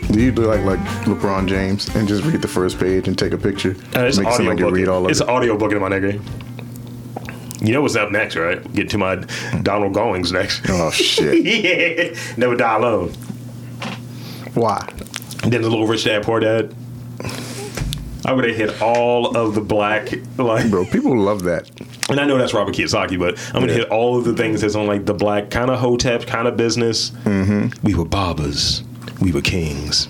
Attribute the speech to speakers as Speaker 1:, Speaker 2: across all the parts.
Speaker 1: act like LeBron James and just read the first page and take a picture.
Speaker 2: Uh, it's
Speaker 1: Make somebody
Speaker 2: audiobook.
Speaker 1: read all of
Speaker 2: it's
Speaker 1: it.
Speaker 2: audiobooking, my nigga. You know what's up next, right? Get to my Donald Goings next.
Speaker 1: Oh shit!
Speaker 2: yeah, never die alone.
Speaker 1: Why?
Speaker 2: Then the little rich dad, poor dad. I would have hit all of the black, like,
Speaker 1: Bro, people love that.
Speaker 2: and I know that's Robert Kiyosaki, but I'm gonna
Speaker 1: Yeah.
Speaker 2: hit all of the things that's on like the black kind of hotep kind of business. Mm-hmm. We were barbers, we were kings.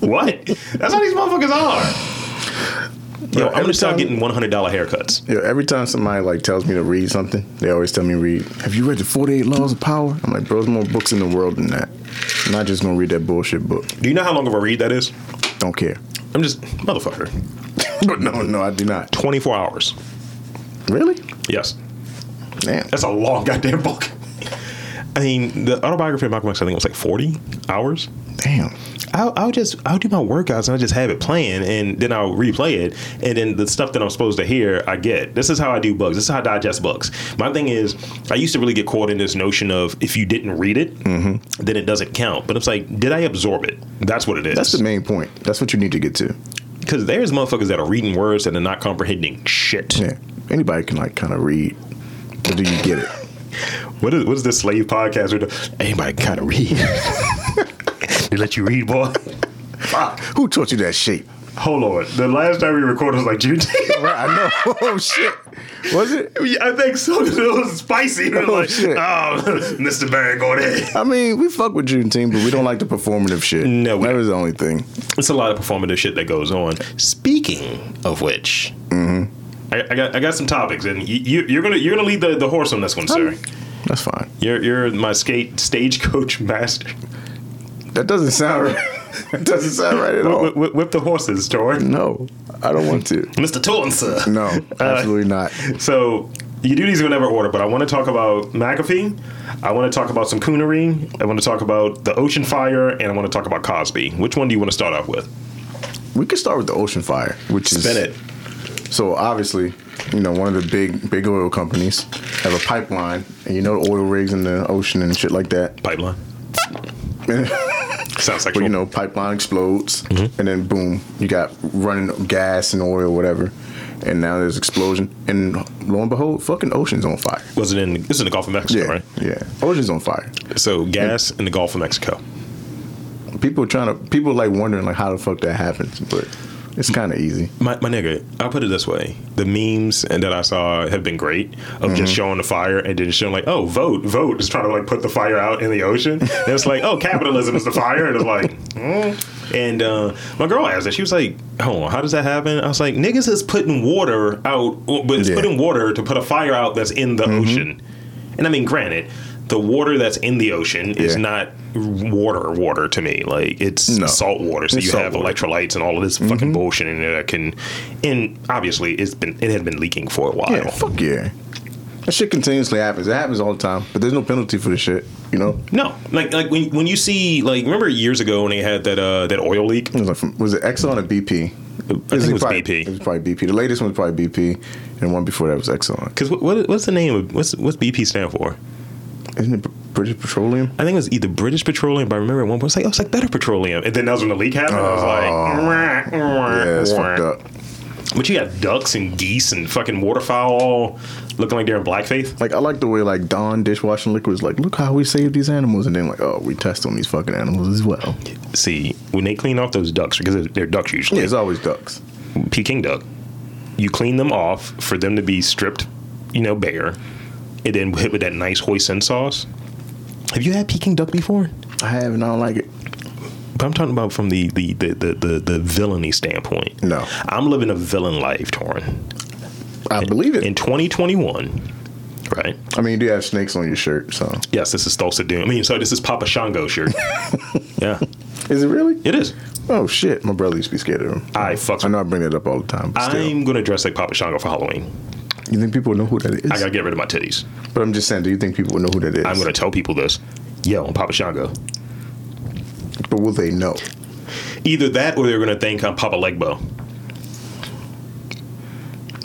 Speaker 2: what? That's how these motherfuckers are. Yo, I'm gonna
Speaker 1: every
Speaker 2: start
Speaker 1: time-
Speaker 2: getting $100 haircuts.
Speaker 1: You know, every time somebody like tells me to read something, they always tell me read. Have you read the Forty Eight Laws of Power? I'm like, bro, there's more books in the world than that. I'm not just gonna read that bullshit book.
Speaker 2: Do you know how long of a read that is?
Speaker 1: Don't care.
Speaker 2: I'm just motherfucker.
Speaker 1: no, no, I do not.
Speaker 2: 24 hours.
Speaker 1: Really?
Speaker 2: Yes,
Speaker 1: Damn.
Speaker 2: that's a long goddamn book. I mean, the autobiography of Malcolm X, I think it was like 40 hours.
Speaker 1: Damn.
Speaker 2: I'll, I'll just I'll do my workouts and I just have it playing and then I'll replay it and then the stuff that I'm supposed to hear I get. This is how I do bugs. This is how I digest bugs. My thing is I used to really get caught in this notion of if you didn't read it,
Speaker 1: Mm-hmm.
Speaker 2: then it doesn't count. But it's like, did I absorb it? That's what it is.
Speaker 1: That's the main point. That's what you need to get to.
Speaker 2: because there's motherfuckers that are reading words and they're not comprehending shit.
Speaker 1: Yeah. Anybody can like kind of read, but do you get it?
Speaker 2: What is what is this slave podcast? We're doing? Anybody kind of read? they let you read, boy. Fuck.
Speaker 1: Who taught you that shape?
Speaker 2: Hold on. The last time we recorded was like June.
Speaker 1: Right, I know. Oh shit. Was it?
Speaker 2: Yeah, I think so. It was spicy. It was
Speaker 1: Oh,
Speaker 2: like,
Speaker 1: shit.
Speaker 2: oh, Mr. Barry, go there.
Speaker 1: I mean, we fuck with Juneteenth, but we don't like the performative shit.
Speaker 2: No, we
Speaker 1: that
Speaker 2: don't.
Speaker 1: was the only thing.
Speaker 2: It's a lot of performative shit that goes on. Speaking of which,
Speaker 1: Mm-hmm.
Speaker 2: I, I got I got some topics, and you, you, you're gonna you're gonna lead the, the horse on this one, sir.
Speaker 1: That's fine.
Speaker 2: You're you're my skate stagecoach master.
Speaker 1: That doesn't sound right. that doesn't sound right at all.
Speaker 2: Whip, whip, whip the horses, Tor.
Speaker 1: No, I don't want to.
Speaker 2: Mr. Thornton, sir.
Speaker 1: No, absolutely not.
Speaker 2: So you do these in whatever order, but I want to talk about McAfee. I want to talk about some coonery. I want to talk about the ocean fire, and I want to talk about Cosby. Which one do you want to start off with?
Speaker 1: We could start with the Ocean Fire, which is
Speaker 2: Bennett.
Speaker 1: So obviously, you know, one of the big big oil companies have a pipeline, and you know the oil rigs in the ocean and shit like that.
Speaker 2: Pipeline. Sounds like
Speaker 1: But you know, pipeline explodes,
Speaker 2: Mm-hmm.
Speaker 1: and then boom, you got running gas and oil, whatever. And now there's explosion, and lo and behold, fucking ocean's on fire.
Speaker 2: Was it in? This is in the Gulf of Mexico,
Speaker 1: Yeah,
Speaker 2: right?
Speaker 1: yeah, ocean's on fire.
Speaker 2: So gas in the Gulf of Mexico.
Speaker 1: People trying to, people like wondering like how the fuck that happens, but it's kind of easy.
Speaker 2: My, my nigga, I'll put it this way: the memes and that I saw have been great of
Speaker 1: Mm-hmm.
Speaker 2: just showing the fire and then showing like, oh, vote, vote is trying to like put the fire out in the ocean. and it's like, oh, capitalism is the fire, and it's like, mm. and uh, my girl asked that she was like, hold on, how does that happen? I was like, niggas is putting water out, but it's
Speaker 1: Yeah. Mm-hmm.
Speaker 2: putting water to put a fire out that's in the ocean. And I mean, granted, the water that's in the ocean is
Speaker 1: Yeah.
Speaker 2: not water, water to me. Like it's
Speaker 1: No.
Speaker 2: salt water, so
Speaker 1: It's
Speaker 2: you
Speaker 1: salt
Speaker 2: have
Speaker 1: water.
Speaker 2: electrolytes and all of this
Speaker 1: Mm-hmm.
Speaker 2: fucking bullshit in there that can and obviously it's been it had been leaking for a while.
Speaker 1: Yeah, fuck yeah. That shit continuously happens. It happens all the time, but there's no penalty for the shit. You know,
Speaker 2: No. Like like when when you see like remember years ago when they had that uh that oil leak?
Speaker 1: it was, like from, was it Exxon or BP?
Speaker 2: I think it was
Speaker 1: probably,
Speaker 2: BP.
Speaker 1: It was probably BP. The latest one was probably BP, and the one before that was Exxon.
Speaker 2: Cause what, what what's the name of what's what's BP stand for?
Speaker 1: Isn't it Br- British Petroleum?
Speaker 2: I think it was either British Petroleum, but I remember at one point it's like oh it's like better petroleum, and then that was when the leak happened. I was like,
Speaker 1: Oh. Yeah, it's fucked up.
Speaker 2: But you got ducks and geese and fucking waterfowl all looking like they're in blackface.
Speaker 1: Like I like the way like Dawn dishwashing liquid is like, look how we saved these animals, and then like, oh, we test on these fucking animals as well.
Speaker 2: See, when they clean off those ducks, because they're- they're ducks usually,
Speaker 1: Yeah, it's always ducks.
Speaker 2: Peking duck. You clean them off for them to be stripped, you know, bare, and then hit with that nice hoisin sauce. Have you had Peking duck before?
Speaker 1: I have and I don't like it.
Speaker 2: But I'm talking about from the the the the, the, the villainy standpoint.
Speaker 1: No.
Speaker 2: I'm living a villain life, Torin.
Speaker 1: I believe it.
Speaker 2: In 2021, right?
Speaker 1: I mean, you do have snakes on your shirt, so
Speaker 2: Yes, this is Thulsa Doom. I mean, sorry, this is Papa Shango shirt. yeah,
Speaker 1: is it really?
Speaker 2: it is.
Speaker 1: Oh shit, my brother used to be scared of them.
Speaker 2: I fucking-
Speaker 1: I know I bring that up all the time. But still,
Speaker 2: I'm gonna dress like Papa Shango for Halloween.
Speaker 1: you think people know who that is?
Speaker 2: I gotta get rid of my titties.
Speaker 1: but I'm just saying, do you think people know who that is?
Speaker 2: I'm gonna tell people this. Yo, I'm Papa Shango.
Speaker 1: but will they know?
Speaker 2: Either that or they're going to think I'm Papa Legbo.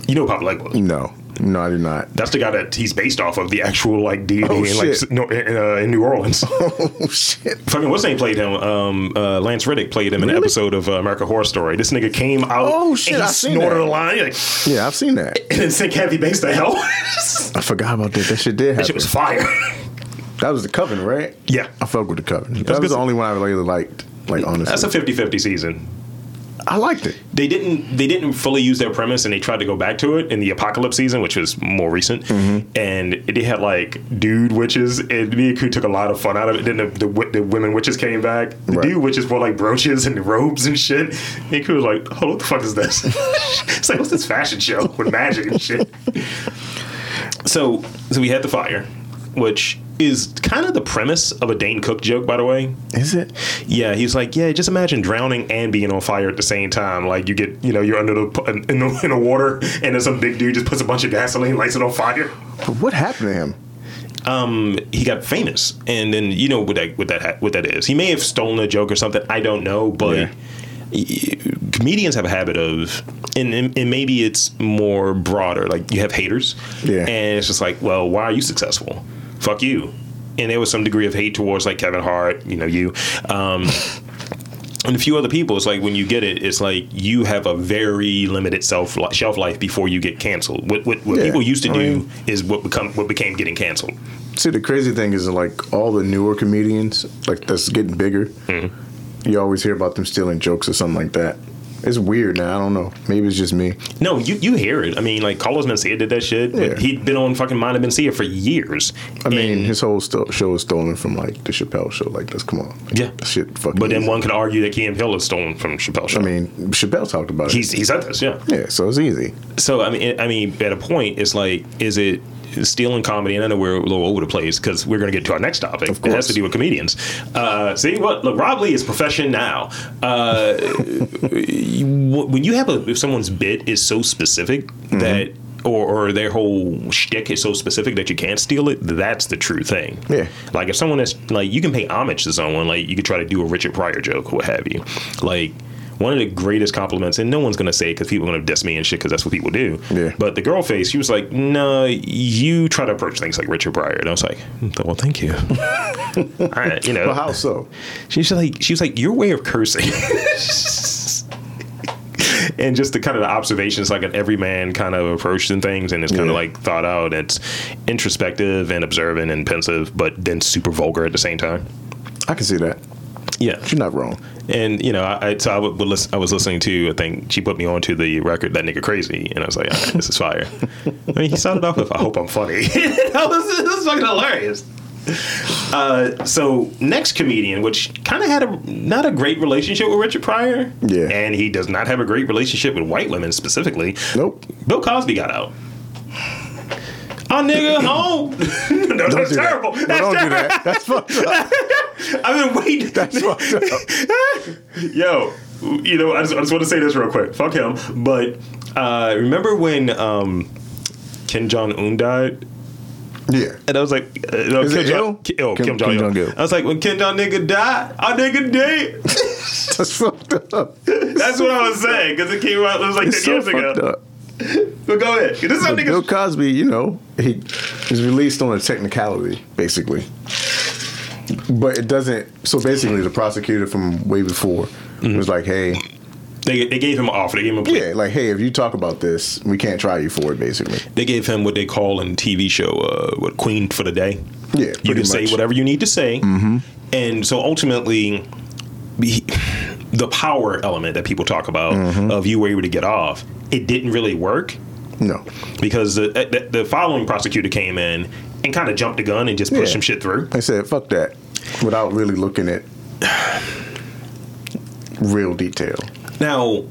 Speaker 2: You know Papa Legbo.
Speaker 1: No, No, I did not.
Speaker 2: That's the guy that he's based off of, the actual like deity
Speaker 1: Oh,
Speaker 2: in like
Speaker 1: shit.
Speaker 2: no, in, uh, in New Orleans.
Speaker 1: Oh shit!
Speaker 2: Fucking what's his name played him? Um, uh, Lance Reddick played him in an episode of uh, American Horror Story. This nigga came out.
Speaker 1: Oh, shit,
Speaker 2: And he
Speaker 1: I seen
Speaker 2: snorted
Speaker 1: that.
Speaker 2: a line like,
Speaker 1: Yeah, I've seen that.
Speaker 2: and then sent Kathy Bates to hell.
Speaker 1: I forgot about that. That shit did happen.
Speaker 2: Shit was fire.
Speaker 1: that was the Coven, right?
Speaker 2: yeah,
Speaker 1: I fuck with the Coven. That
Speaker 2: That's
Speaker 1: was
Speaker 2: good.
Speaker 1: the only one I really liked. Like honestly,
Speaker 2: that's a 50-50 season.
Speaker 1: I liked it.
Speaker 2: they didn't they didn't fully use their premise and they tried to go back to it in the apocalypse season which was more recent and they had like dude witches and me and Ku took a lot of fun out of it then the, the, wi- the women witches came back the
Speaker 1: Right.
Speaker 2: dude witches wore like brooches and robes and shit and Ku was like oh what the fuck is this it's like what's this fashion show with magic and shit so so we had the fire which is kind of the premise of a Dane Cook joke by the way
Speaker 1: Is it?
Speaker 2: yeah, he's like, yeah, just imagine drowning and being on fire at the same time. Like you get, you know, you're under the in the, in the water, and then some big dude just puts a bunch of gasoline, lights it on fire.
Speaker 1: But what happened to him?
Speaker 2: He got famous, and then you know what that what that ha- what that is. He may have stolen a joke or something. I don't know, but.
Speaker 1: Yeah.
Speaker 2: Comedians have a habit of, and, and and maybe it's more broader. Like you have haters,
Speaker 1: Yeah.
Speaker 2: and it's just like, well, why are you successful? Fuck you. And there was some degree of hate towards like Kevin Hart, you know, you. Um, and a few other people. It's like when you get it, it's like you have a very limited self li- shelf life before you get canceled. What what, what
Speaker 1: Yeah,
Speaker 2: people used to
Speaker 1: I
Speaker 2: do
Speaker 1: mean-
Speaker 2: is what become what became getting canceled.
Speaker 1: See, the crazy thing is, like all the newer comedians, like that's getting bigger.
Speaker 2: Mm-hmm.
Speaker 1: You always hear about them stealing jokes or something like that. It's weird now. I don't know. Maybe it's just me.
Speaker 2: No, you you hear it. I mean, like Carlos Mencia did that shit. but
Speaker 1: Yeah.
Speaker 2: He'd been on fucking Mind of Mencia for years.
Speaker 1: I mean,
Speaker 2: And-
Speaker 1: his whole sto- show is stolen from like the Chappelle show. Like, that's come on. Like,
Speaker 2: Yeah.
Speaker 1: that shit. Fucking.
Speaker 2: but then
Speaker 1: easy.
Speaker 2: one could argue that Key and Hill is stolen from Chappelle Show.
Speaker 1: I mean, Chappelle talked about
Speaker 2: he's he said this, yeah.
Speaker 1: it. Yeah, so it's easy.
Speaker 2: So I mean, it- I mean, at a point, it's like, is it stealing comedy? And I know we're a little over the place because we're going to get to our next topic.
Speaker 1: Of
Speaker 2: It has
Speaker 1: course.
Speaker 2: to do with comedians. Uh, see what? Look, Rob Lee is profession now. Uh, you- when you have a if someone's bit is so specific
Speaker 1: Mm-hmm.
Speaker 2: that. Or, or their whole shtick is so specific that you can't steal it. That's the true thing.
Speaker 1: Yeah.
Speaker 2: Like if someone that's like you can pay homage to someone, like you could try to do a Richard Pryor joke or what have you. Like one of the greatest compliments, and no one's gonna say it because people are gonna diss me and shit because that's what people do.
Speaker 1: Yeah.
Speaker 2: But the girl face, she was like, "No, you try to approach things like Richard Pryor," and I was like, "Well, thank you." All right, you know.
Speaker 1: But how so?
Speaker 2: She's like, she was like, your way of cursing. And just the kind of the observations, like an everyman kind of approach and things, and it's kind
Speaker 1: Yeah.
Speaker 2: of like thought out. and It's introspective and observant and pensive, but then super vulgar at the same time.
Speaker 1: I can see that.
Speaker 2: Yeah,
Speaker 1: You're not wrong.
Speaker 2: and you know, I, I so I, would, would listen, I was listening to. I think she put me onto the record that nigga crazy, and I was like, All right, this is fire. I mean, he started off with, "I hope I'm funny." I was, this is fucking hilarious. Uh, so next comedian, which kind of had a not a great relationship with Richard Pryor,
Speaker 1: Yeah.
Speaker 2: and he does not have a great relationship with white women specifically.
Speaker 1: Nope.
Speaker 2: Bill Cosby got out. Our Ah, nigga oh. home. no, that's
Speaker 1: do that.
Speaker 2: terrible.
Speaker 1: No,
Speaker 2: That's
Speaker 1: don't do
Speaker 2: terrible.
Speaker 1: that. That's fucked up.
Speaker 2: I've been waiting.
Speaker 1: That's fucked up.
Speaker 2: Yo, you know, I just, I just want to say this real quick. Fuck him. But uh, remember when um, Kim Jong Un died?
Speaker 1: Yeah.
Speaker 2: And I was like, uh, no,
Speaker 1: Is it
Speaker 2: Kim Jong,
Speaker 1: Il?
Speaker 2: Ki- oh,
Speaker 1: Kim-
Speaker 2: Kim Jong
Speaker 1: Kim
Speaker 2: Il.
Speaker 1: Jong-il.
Speaker 2: I was like, when Kim Jong nigga died, our nigga dead.
Speaker 1: That's fucked up.
Speaker 2: That's what I was saying because it came out. It was like
Speaker 1: It's
Speaker 2: ten
Speaker 1: so
Speaker 2: years ago.
Speaker 1: fucked up.
Speaker 2: But go ahead. This is how
Speaker 1: But Bill
Speaker 2: niggas.
Speaker 1: Cosby, you know, he is released on a technicality, basically. But it doesn't. So basically, the prosecutor from way before
Speaker 2: Mm-hmm.
Speaker 1: was like, "Hey,
Speaker 2: They, they gave him an offer. They gave him a plea.
Speaker 1: yeah, like, hey, if you talk about this, we can't try you for it." Basically,
Speaker 2: They gave him what they call in TV show, uh, what Queen for the Day.
Speaker 1: yeah,
Speaker 2: you
Speaker 1: pretty
Speaker 2: can say
Speaker 1: much. Mm-hmm.
Speaker 2: whatever you need to say and so ultimately he- the power element that people talk about
Speaker 1: Mm-hmm.
Speaker 2: of you were able to get off it didn't really work
Speaker 1: No,
Speaker 2: because the, eh, the, the following prosecutor came in and kind of jumped the gun and just pushed
Speaker 1: Yeah.
Speaker 2: some shit through
Speaker 1: I said, "Fuck that," without really looking at real detail.
Speaker 2: now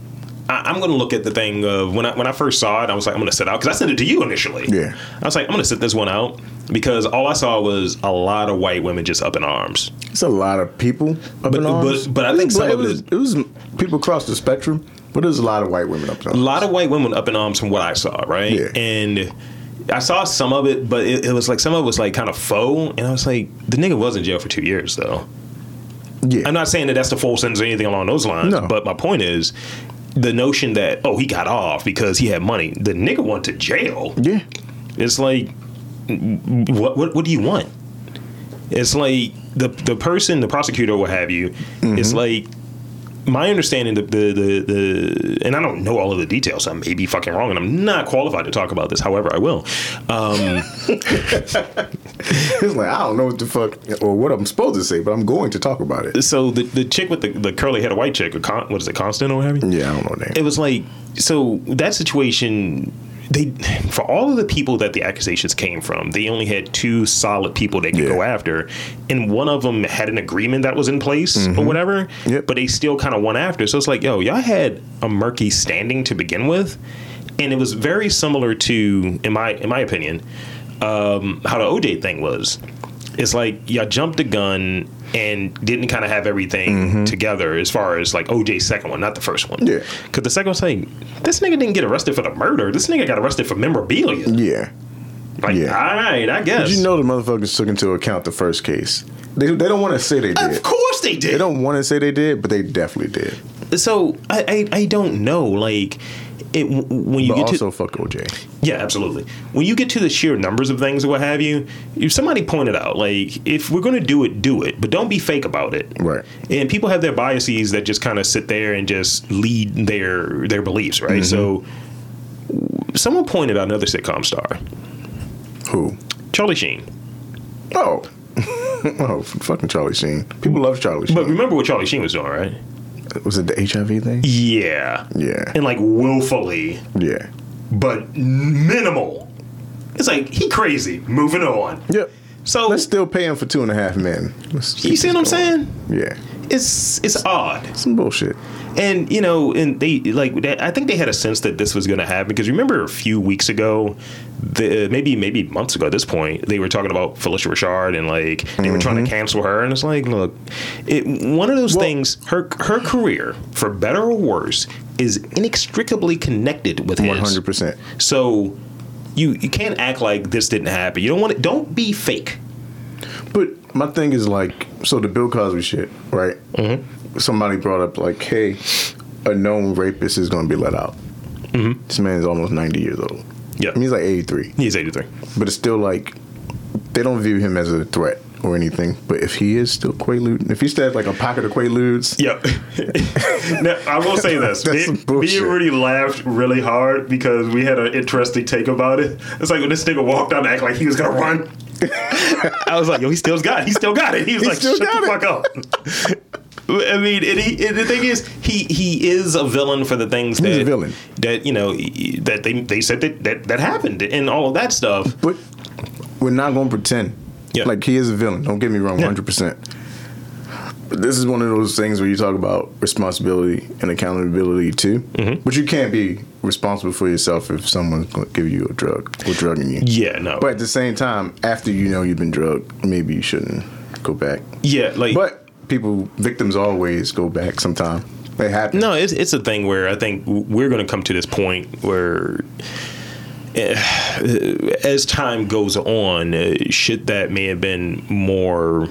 Speaker 2: I, I'm going to look at the thing of when I when I first saw it, I was like, I'm going to sit out because I sent it to you initially.
Speaker 1: Yeah.
Speaker 2: I was like, I'm going to sit this one out because all I saw was a lot of white women just up in arms.
Speaker 1: It's a lot of people up
Speaker 2: But-
Speaker 1: in arms.
Speaker 2: but- but I think some
Speaker 1: it
Speaker 2: of it
Speaker 1: was,
Speaker 2: is-
Speaker 1: it was people across the spectrum, but there's a lot of white women up in
Speaker 2: a
Speaker 1: arms.
Speaker 2: lot of white women up in arms from what I saw, right?
Speaker 1: Yeah.
Speaker 2: And I saw some of it, but it, it was like some of it was like kind of faux, and I was like, the nigga was in jail for two years though.
Speaker 1: Yeah,
Speaker 2: I'm not saying that that's the full sentence or anything along those lines,
Speaker 1: No.
Speaker 2: but my point is, the notion that oh he got off because he had money. The nigga went to jail.
Speaker 1: Yeah.
Speaker 2: It's like what what what do you want? It's like the the person, the prosecutor, will have you. It's like my understanding the, the the the and I don't know all of the details. So I may be fucking wrong, and I'm not qualified to talk about this. However, I will. Um,
Speaker 1: It's like I don't know what the fuck or what I'm supposed to say, but I'm going to talk about it.
Speaker 2: so the the chick with the, the curly head, white chick, or Con, what is it, Constant or whatever?
Speaker 1: Yeah, I don't know what that.
Speaker 2: It was like so that situation. They for all of the people that the accusations came from, they only had two solid people they could
Speaker 1: Yeah.
Speaker 2: go after, and one of them had an agreement that was in place or whatever.
Speaker 1: Mm-hmm. Yep.
Speaker 2: But they still kind of went after. So it's like, yo, y'all had a murky standing to begin with, and it was very similar to, in my in my opinion, um, how the OJ thing was. It's like y'all jumped the gun and didn't kind of have everything together as far as like OJ's second one, not the first one.
Speaker 1: Mm-hmm. Yeah.
Speaker 2: Because the second one's like, this nigga didn't get arrested for the murder. This nigga got arrested for memorabilia.
Speaker 1: Yeah.
Speaker 2: Like,
Speaker 1: Yeah.
Speaker 2: all right, I guess.
Speaker 1: But you know the motherfuckers took into account the first case. They, they don't want to say they
Speaker 2: of
Speaker 1: did.
Speaker 2: course they
Speaker 1: They
Speaker 2: did.
Speaker 1: don't want to say they did, but they definitely did.
Speaker 2: so I, I, I don't know. Like, it when you
Speaker 1: But
Speaker 2: get to
Speaker 1: also, fuck OJ.
Speaker 2: Yeah, absolutely. When you get to the sheer numbers of things or what have you, if somebody pointed out, like, if we're going to do it, do it, but don't be fake about it.
Speaker 1: Right.
Speaker 2: And people have their biases that just kind of sit there and just lead their their beliefs, right? So, w- someone pointed out another sitcom star,
Speaker 1: Who?
Speaker 2: Charlie Sheen.
Speaker 1: Oh. oh, fucking Charlie Sheen. People love Charlie
Speaker 2: But
Speaker 1: Sheen.
Speaker 2: remember what Charlie Sheen was doing, right?
Speaker 1: was it the HIV thing?
Speaker 2: Yeah.
Speaker 1: Yeah.
Speaker 2: And like willfully,
Speaker 1: Yeah.
Speaker 2: but minimal. It's like he crazy. Moving on.
Speaker 1: Yep.
Speaker 2: So
Speaker 1: Let's still pay him for two and a half men. Let's
Speaker 2: you see what I'm saying?
Speaker 1: Yeah.
Speaker 2: It's it's odd.
Speaker 1: Some bullshit.
Speaker 2: and you know, and they like that, I think they had a sense that this was going to happen because remember a few weeks ago, the maybe maybe months ago at this point, they were talking about Felicia Richard and like they were trying to cancel her, and it's like, look, it, one of those
Speaker 1: Mm-hmm. Well-
Speaker 2: things. Her her career, for better or worse, is inextricably connected with
Speaker 1: One
Speaker 2: his.
Speaker 1: hundred percent.
Speaker 2: So you you can't act like this didn't happen. You don't want to Don't be fake.
Speaker 1: But my thing is like, so the Bill Cosby shit, right? Mm-hmm. Somebody brought up like, hey, a known rapist is going to be let out. Mm-hmm. This man is almost ninety years old.
Speaker 2: Yeah,
Speaker 1: I mean, he's like eighty three.
Speaker 2: he's eighty three.
Speaker 1: but it's still like they don't view him as a threat or anything. But if he is still Quaalude, if he still has like a pocket of Quaaludes,
Speaker 2: Yep. now, I will say this.
Speaker 1: That's some
Speaker 2: me, me
Speaker 1: bullshit.
Speaker 2: and Rudy laughed really hard because we had an interesting take about it. It's like when this nigga walked out and act like he was gonna run. I was like, yo, he still's got it. He still got it. He was
Speaker 1: He
Speaker 2: like,
Speaker 1: still
Speaker 2: shut the
Speaker 1: got it.
Speaker 2: fuck up. I mean, and he, and the thing is, he he is a villain for the things
Speaker 1: a
Speaker 2: that
Speaker 1: villain.
Speaker 2: that you know that they they said that that, that happened and all of that stuff.
Speaker 1: but we're not going to pretend.
Speaker 2: Yeah.
Speaker 1: Like he is a villain. Don't get me wrong,
Speaker 2: Yeah.
Speaker 1: hundred percent. But this is one of those things where you talk about responsibility and accountability too.
Speaker 2: Mm-hmm.
Speaker 1: But you can't be responsible for yourself if someone's going to give you a drug or drugging you.
Speaker 2: Yeah, no,
Speaker 1: But at the same time, after you know you've been drugged, maybe you shouldn't go back.
Speaker 2: yeah, like
Speaker 1: But people, victims always go back sometime. It happens.
Speaker 2: No, it's it's a thing where I think w- we're going to come to this point where, eh, as time goes on, uh, shit that may have been more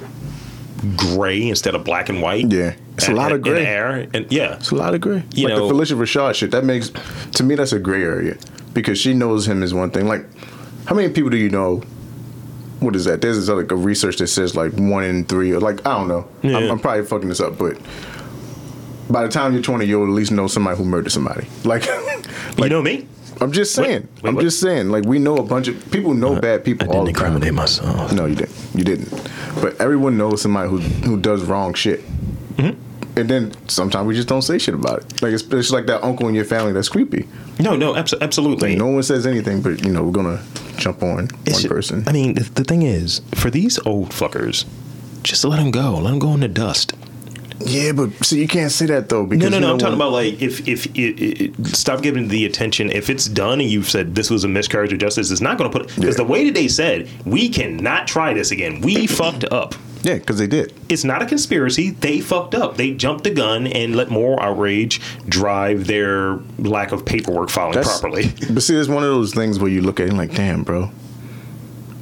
Speaker 2: gray instead of black and white.
Speaker 1: Yeah. It's a
Speaker 2: and-
Speaker 1: lot of
Speaker 2: and- and
Speaker 1: gray.
Speaker 2: air, and yeah,
Speaker 1: It's a lot of gray.
Speaker 2: You
Speaker 1: like
Speaker 2: know-
Speaker 1: the Felicia Rashad shit, that makes to me that's a gray area because she knows him is one thing. Like, how many people do you know? What is that? There's this, like a research that says like one in three, or like I don't know. I'm,
Speaker 2: Yeah.
Speaker 1: I'm probably fucking this up, but by the time you're 20, you'll at least know somebody who murdered somebody. Like,
Speaker 2: you know me.
Speaker 1: I'm just saying.
Speaker 2: wait,
Speaker 1: I'm
Speaker 2: what? Uh,
Speaker 1: just saying. Like, we know a bunch of people know bad people all the time.
Speaker 2: myself.
Speaker 1: No, you didn't. You didn't. But everyone knows somebody who who does wrong shit.
Speaker 2: Mm-hmm.
Speaker 1: And then sometimes we just don't say shit about it. Like it's, it's like that uncle in your family that's creepy.
Speaker 2: No, no, abso- absolutely.
Speaker 1: Like, no one says anything, but you know we're gonna jump on
Speaker 2: It's
Speaker 1: one
Speaker 2: ju-
Speaker 1: person.
Speaker 2: I mean, the, the thing is, for these old fuckers, just let them go. Let them go in the dust.
Speaker 1: yeah, but see, you can't say that though. Because
Speaker 2: No, no,
Speaker 1: you
Speaker 2: no.
Speaker 1: know
Speaker 2: I'm talking
Speaker 1: what?
Speaker 2: about like if if it, it, it- stop giving the attention. If it's done and you've said this was a miscarriage of justice, it's not going to put because
Speaker 1: Yeah.
Speaker 2: the way that they said we cannot try this again. We fucked up.
Speaker 1: yeah, because they did.
Speaker 2: It's not a conspiracy. They fucked up. They jumped the gun and let moral outrage drive their lack of paperwork filing
Speaker 1: That's-
Speaker 2: properly.
Speaker 1: But see, it's one of those things where you look at it and like, damn, bro,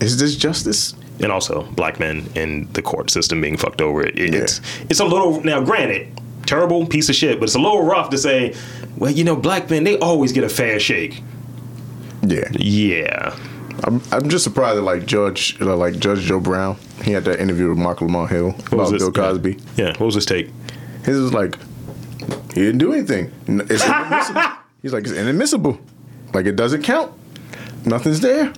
Speaker 1: is this justice?
Speaker 2: And also black men and the court system being fucked over. It, it's it's a little now. Granted, terrible piece of shit, but it's a little rough to say. well, you know, black men they always get a fair shake.
Speaker 1: Yeah,
Speaker 2: Yeah,
Speaker 1: I'm, I'm just surprised that like Judge you know, like Judge Joe Brown, he had that interview with Michael Lamont Hill
Speaker 2: was
Speaker 1: about
Speaker 2: this?
Speaker 1: Bill Cosby.
Speaker 2: yeah. What was his take?
Speaker 1: His was like, he didn't do anything. N- It's inadmissible. He's like, it's inadmissible. Like it doesn't count. Nothing's there.